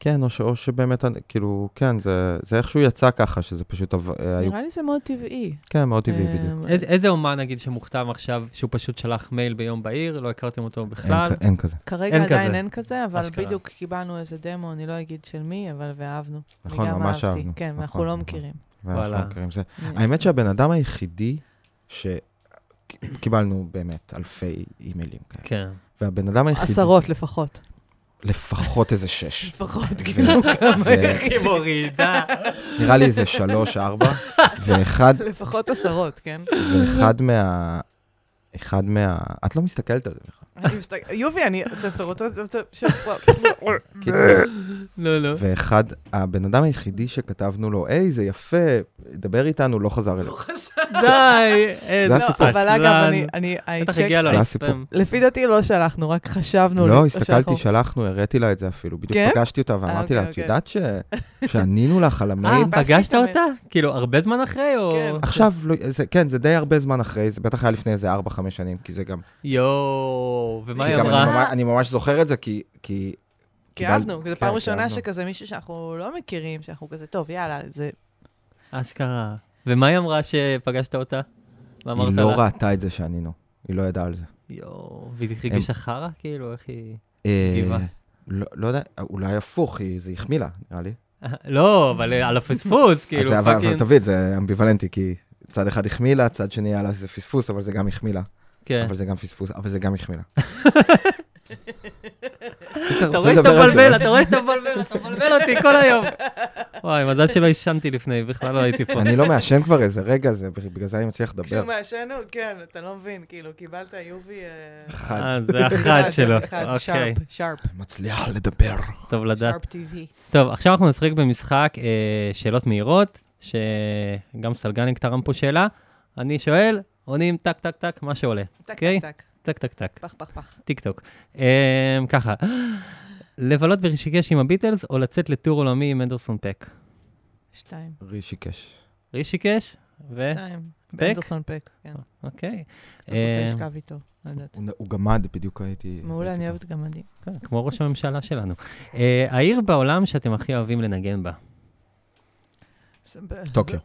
כן, או, ש, או שבאמת, אני- כאילו, כן, זה, זה איכשהו יצא ככה, שזה פשוט, עב- אה, היו, נראה לי זה מאוד טבעי. כן, מאוד טבעי בדיוק. אמ, איזה- איזה אומן, נגיד, שמוכתם עכשיו, שהוא פשוט שלח מייל ביום בהיר, לא הכרתם אותו בכלל? אין, כ- אין כזה. כרגע אין עדיין כזה. אין כזה, אבל אשכרה. בדיוק קיבלנו איזה דמו, אני לא אגיד של מי, אבל ואהבנו. נכון, אני גם ממש אהבתי. אהבנו. כן, נכון, ואנחנו לא נכון. מכירים. ואנחנו וואלה. לא מכירים זה. כן. האמת שהבן אדם היחידי שקיבלנו באמת אלפי אימיילים כאלה, כן. והבן אדם היחידי... [laughs] עשרות לפחות. לפחות איזה [laughs] שש. לפחות, ו- כאילו כמה, ו- היא מורידה. נראה לי איזה שלוש, [laughs] ארבע, ואחד, לפחות עשרות, כן? ואחד מה... אחד מה... את לא מסתכלת על זה בכלל. אני מסתכל- יובי, אני... תעצרו, תעצרו, תעצרו. כן. קיצור, לא, לא. ואחד, הבן אדם היחידי שכתבנו לו, היי, זה יפה, דבר איתנו, לא חזר אלינו. [laughs] די, אין זה לא, הסיפור. אבל אגב, אני- אני... I בטח checked- הגיע לו זה לספאם. הסיפור. לפי דעתי לא שלחנו, רק חשבנו. לא, לי- הסתכלתי, שאנחנו- שלחנו, הראיתי לה את זה אפילו. כן? בדיוק פגשתי אותה ואמרתי אוקיי, לה, את אוקיי. יודעת ש- שענינו לך על המייל? [laughs] אה, פגשת חיפשתי את אותה? כאילו, הרבה זמן אחרי, או... כן. עכשיו, לא- זה- כן, זה די הרבה זמן אחרי, זה בטח היה לפני איזה 4-5 שנים, כי זה גם... יואו, ומה כי היא גם אני אמרה? ממש- אני ממש זוכר את זה, כי- כי... כי קיבל- אהבנו, כי זו כן, פעם כי ראשונה אהבנו. שכזה מישהו שאנחנו לא מכירים, שאנחנו כזה, טוב, יאללה, זה... לא. אשכרה. ומה היא אמרה שפגשת אותה? היא ואמרת לא לה? ראתה את זה שענינו, היא לא ידעה על זה. יואו, והיא הרגישה חרא? כאילו, איך היא... [laughs] אה, הגיבה. לא לא יודע, אולי הפוך, היא- זה החמיא לה, נראה לי. לא, אבל אה, על הפספוס, כאילו, אז זה- אבל- אבל פאקינג. תביא, זה אמביוולנטי, כי צד אחד החמיא לה, צד שני היה לה זה פספוס, אבל זה גם החמיא לה. כן. אבל זה גם פספוס, אבל זה גם החמיא לה. אתה רואה שאתה מבלבל, אתה רואה שאתה מבלבל, אתה מבלבל אותי כל [laughs] היום. וואי, מזל שלא עישנתי לפני, בכלל לא הייתי פה. אני לא מעשן כבר איזה רגע, זה- בגלל זה אני מצליח לדבר. כשהוא מעשן, הוא- כן, אתה לא מבין, כאילו, קיבלת יובי... אה, [laughs] אחד, אה, זה אחת שלו, אחד, אוקיי, שרפ, שרפ, מצליח לדבר. טוב לדעת. שרפ TV. טוב, עכשיו אנחנו נשחק במשחק אה, שאלות מהירות, שגם סלגניק תרם פה שאלה. אני שואל, עונים טק טק טק, מה שעולה, טק, אוקיי? טק, טק. טק, טק, טק. פח, פח, פח. טיק טוק. Um, ככה, לבלות ברשיקש עם הביטלס או לצאת לטור עולמי עם אנדרסון פק? שתיים. רישיקש. רישיקש? ו... שתיים. באנדרסון פק, כן. אוקיי. אז הוא רוצה אה? אה, לשכב איתו, לא יודעת. הוא נ- הוא גמד, בדיוק הייתי... מעולה, הייתי אני פה. אוהבת גמדים. כן, כמו ראש הממשלה שלנו. Uh, העיר בעולם שאתם הכי אוהבים לנגן בה. זה ב- טוקיו,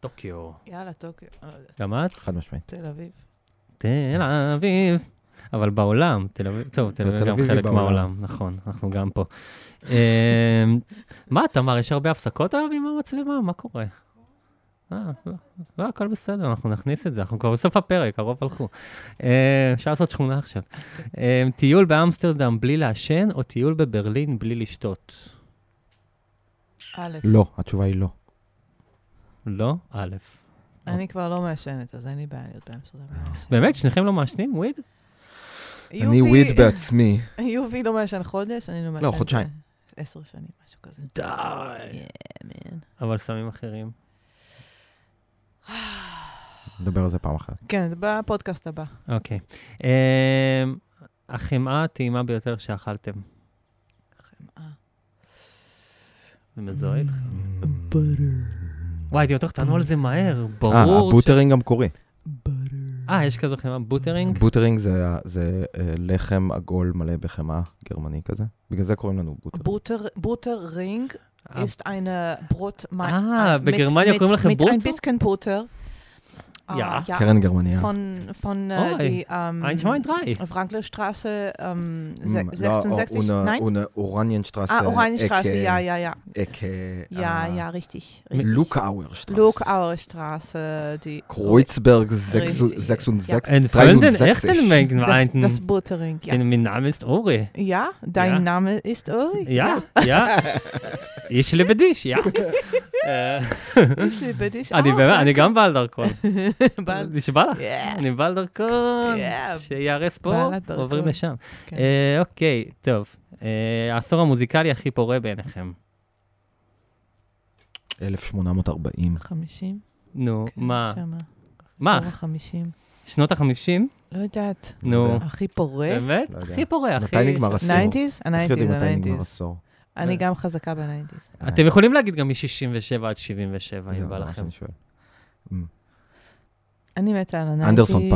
טוקיו. יאללה, טוקיו. לא יודעת. גם את? חד משמעית. תל אביב. תל אביב. אבל בעולם, תל אביב, טוב, תל אביב תל גם אביב היא חלק בעולם. מהעולם, נכון, אנחנו גם פה. אמ, מה, תמר, יש הרבה הפסקות היום עם המצלמה? מה קורה? אה, לא, לא, הכל בסדר, אנחנו נכניס את זה, אנחנו כבר בסוף הפרק, הרוב הלכו. אמ, אפשר לעשות שכונה עכשיו. אמ, טיול באמסטרדם בלי לעשן, או טיול בברלין בלי לשתות? א', לא, התשובה היא לא. לא? א'. אני כבר לא מעשנת, אז אין לי בעיה להיות באמסטרדם. באמת, שניכם לא מעשנים וויד? אה. אני וויד בעצמי. יובי לא מעשן חודש, אני לא מעשן... לא, חודשיים. אה, עשר שנים, משהו כזה. די. מן. אבל סמים אחרים. נדבר על זה פעם אחרת. כן, זה בפודקאסט הבא. אוקיי. אמ, החמאה הטעימה ביותר שאכלתם. חמאה. זה מזוהה איתכם. בוטר. וואי, הייתי בטוח שתענו על זה מהר, Mm. אה, ברור. הבוטרינג גם קורי. ש- אה, יש כזו חמאה בוטרינג? בוטרינג זה ה- זה אה, לחם עגול מלא בחמאה גרמני כזה. בגלל זה קוראים לנו בוטרינג. בוטר רינג אה, ist eine Brot... Ah, בגרמניה קוראים לכם Ein ברוטר? bisschen Butter. אה, Ja. קרן גרמניה. Von, von Oh, äh, die ähm, איינש מיין דריי. Franklerstraße ähm, Mm, se- לא, 66, אונה- nein? אונה אורניינשטרסה. Ah, Oranienstraße, ja, ja, ja. אקה... אה, Ja, Ah. ja, richtig. richtig. לוקאוורשטרסה. Lukauer Straße, die... קרויצברג 66. Ja. אין פרנדן אכטנמנגן Das, ואיינטן. das Buttering, ja. אה, כן, מן נאם איסט אורי. Ja, dein Ja. Name ist Ulrich. יא, יא. איש לבדיש, יא. אה, Ich liebe dich אני auch. באמת, אני גם בעל דרכון. Bald. נשבע לך. Yeah. אני בעל דרכון. Yeah. שייהרס פה, בעלת דרכון. עוברים לשם. כן. אה, אוקיי, טוב. אה, העשור המוזיקלי הכי פורה בעיניכם. 1840. 50. נו, כן, מה? שמה. מה? עשור החמישים. שנות החמישים? לא יודעת. נו, הכי פורה. באמת? לא יודע. הכי פורה, הכי... מתי נגמר עשור? 90's? איך יודעים ה-90's, מתי נגמר ה-90's. עשור? אה. אני גם חזקה ב-90's. אתם יכולים להגיד גם מ-67 עד 77, זה לא אם בא אה, מה לכם. שאני [laughs] שואל. אני מתה על ה-90's. אנדרסון [laughs]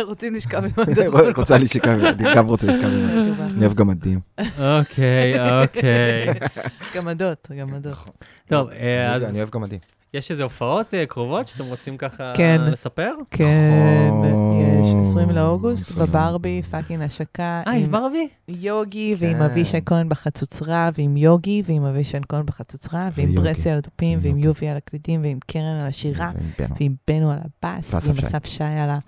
רוצים לשכב [laughs] עם אנדרסון פאק. רוצה לשכב, אני גם רוצה לשכב. עם- [laughs] זו התשובה. אני אוהב גמדים. [laughs] אוקיי, אוקיי. גמדות, גמדות. נכון. טוב, אני לא אה, יודע, אז אני אוהב גמדים. יש איזה הופעות אה, קרובות שאתם רוצים ככה כן. לספר? כן, נכון. יש 20 לאוגוסט 20 בברבי, פאקינג השקה. אה, יש עם ברבי? יוגי, ועם כן. אבישי כהן בחצוצרה, ועם יוגי, ועם אבישי כהן בחצוצרה, ועם ויוגי. ברסי על הדופים, ועם ויוגי. יובי על הקלידים, ועם קרן על השירה, ועם בנו. ועם בנו על הבאס, ואסף ועם שי. אסף שי על ה...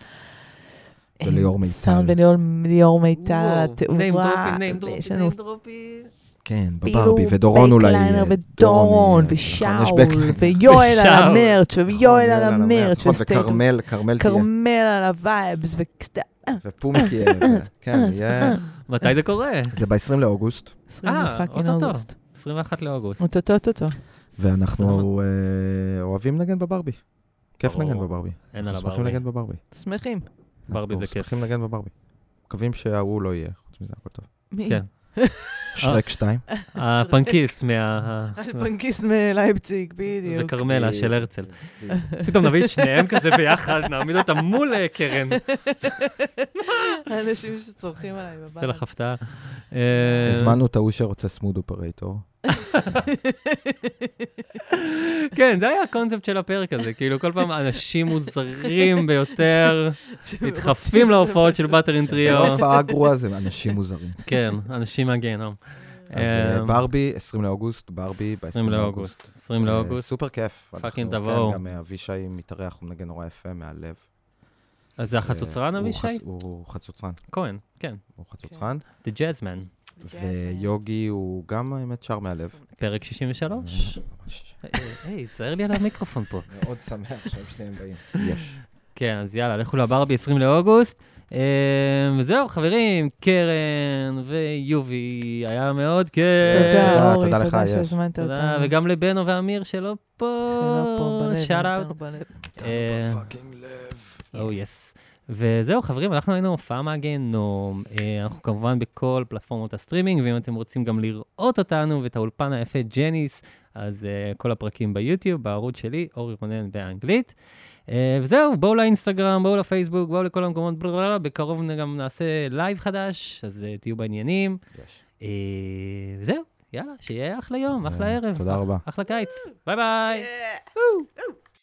אה, וליאור מיטל. סאונד וליאור ליאור מיטל על נעים התאורה, דרופי, נעים ויש דרופי, לנו נעים דרופי. כן, פילו, בברבי, ודורון אולי. אה, בקליינר, דורון, ודורון, אה, נכון, יש נכון, ושאול, בקליינר. [laughs] ויואל על ושאול. המרץ', ויואל על המרץ', נכון, וסטייט- וכרמל, כרמל תהיה. כרמל על הווייבס, ו-20 ופומקי. [laughs] אה, כן, יהיה. מתי זה קורה? זה ב-20 לאוגוסט, אה, פאקינג אוטוטו. אוגוסט. 21 לאוגוסט. אוטוטו, אוטוטו. ואנחנו אה, אוהבים לנגן בברבי. כיף ברור. לנגן בברבי. אין על אנחנו הברבי. שמחים לנגן בברבי. שמחים. ברבי זה אנחנו כיף. שמחים לנגן בברבי. מקווים שההוא לא יהיה, חוץ מזה הכל טוב. מי? כן. שרק 2. אה. הפנקיסט מה... אלפנקיסט מלייפציג, בדיוק. וכרמלה של הרצל. פתאום נביא את שניהם כזה ביחד, נעמיד אותם מול אה, קרן. האנשים שצורכים עליי בבית. עושה לך הפתעה. אה, הזמנו את ההוא שרוצה סמוד אופרטור. כן, זה היה הקונספט של הפרק הזה, כאילו כל פעם אנשים מוזרים ביותר, מתחפים להופעות של באטרין זה טריו. לא [laughs] הופעה גרועה, זה אנשים מוזרים. כן, אנשים מהגיהנום. אז אה, אמ, ברבי, 20 לאוגוסט, ברבי ב-20 20 לאוגוסט. 20 אה, לאוגוסט. סופר כיף. פאקינג אנחנו- תבואו. כן, גם אה, אבישי מתארח, הוא מנגן נורא יפה מהלב. אז זה החצוצרן אה, הוא אבישי? חצ- הוא חצוצרן, כהן, כן. הוא חצוצרן. The Jazzman, ויוגי הוא גם, האמת, שר מהלב. פרק 63. ממש. אה, היי, תצייר לי על המיקרופון פה. מאוד שמח שהם שניהם באים. יש. כן, אז יאללה, לכו לברבי 20 לאוגוסט. אמ, וזהו, חברים, קרן ויובי, היה מאוד כיף. תודה, תודה, אורי, תודה לך, תודה יש. שהזמנת אותנו. תודה, וגם לבנו ואמיר שלא פה. שלא פה, בלב, לא שאט יותר אאוט. בלב. אה, Oh yes. וזהו, חברים, אנחנו היינו הופעה מהגיהנום. אה, אנחנו כמובן בכל פלטפורמות הסטרימינג, ואם אתם רוצים גם לראות אותנו ואת האולפן היפה ג'ניס, אז אה, כל הפרקים ביוטיוב, בערוץ שלי, אורי רונן באנגלית. אה, וזהו, בואו לאינסטגרם, בואו לפייסבוק, בואו לכל המקומות, ברררה, בקרוב גם נעשה לייב חדש, אז אה, תהיו בעניינים. אה, וזהו, יאללה, שיהיה אחלה יום, אחלה ערב. תודה רבה. אחלה קיץ. ביי ביי.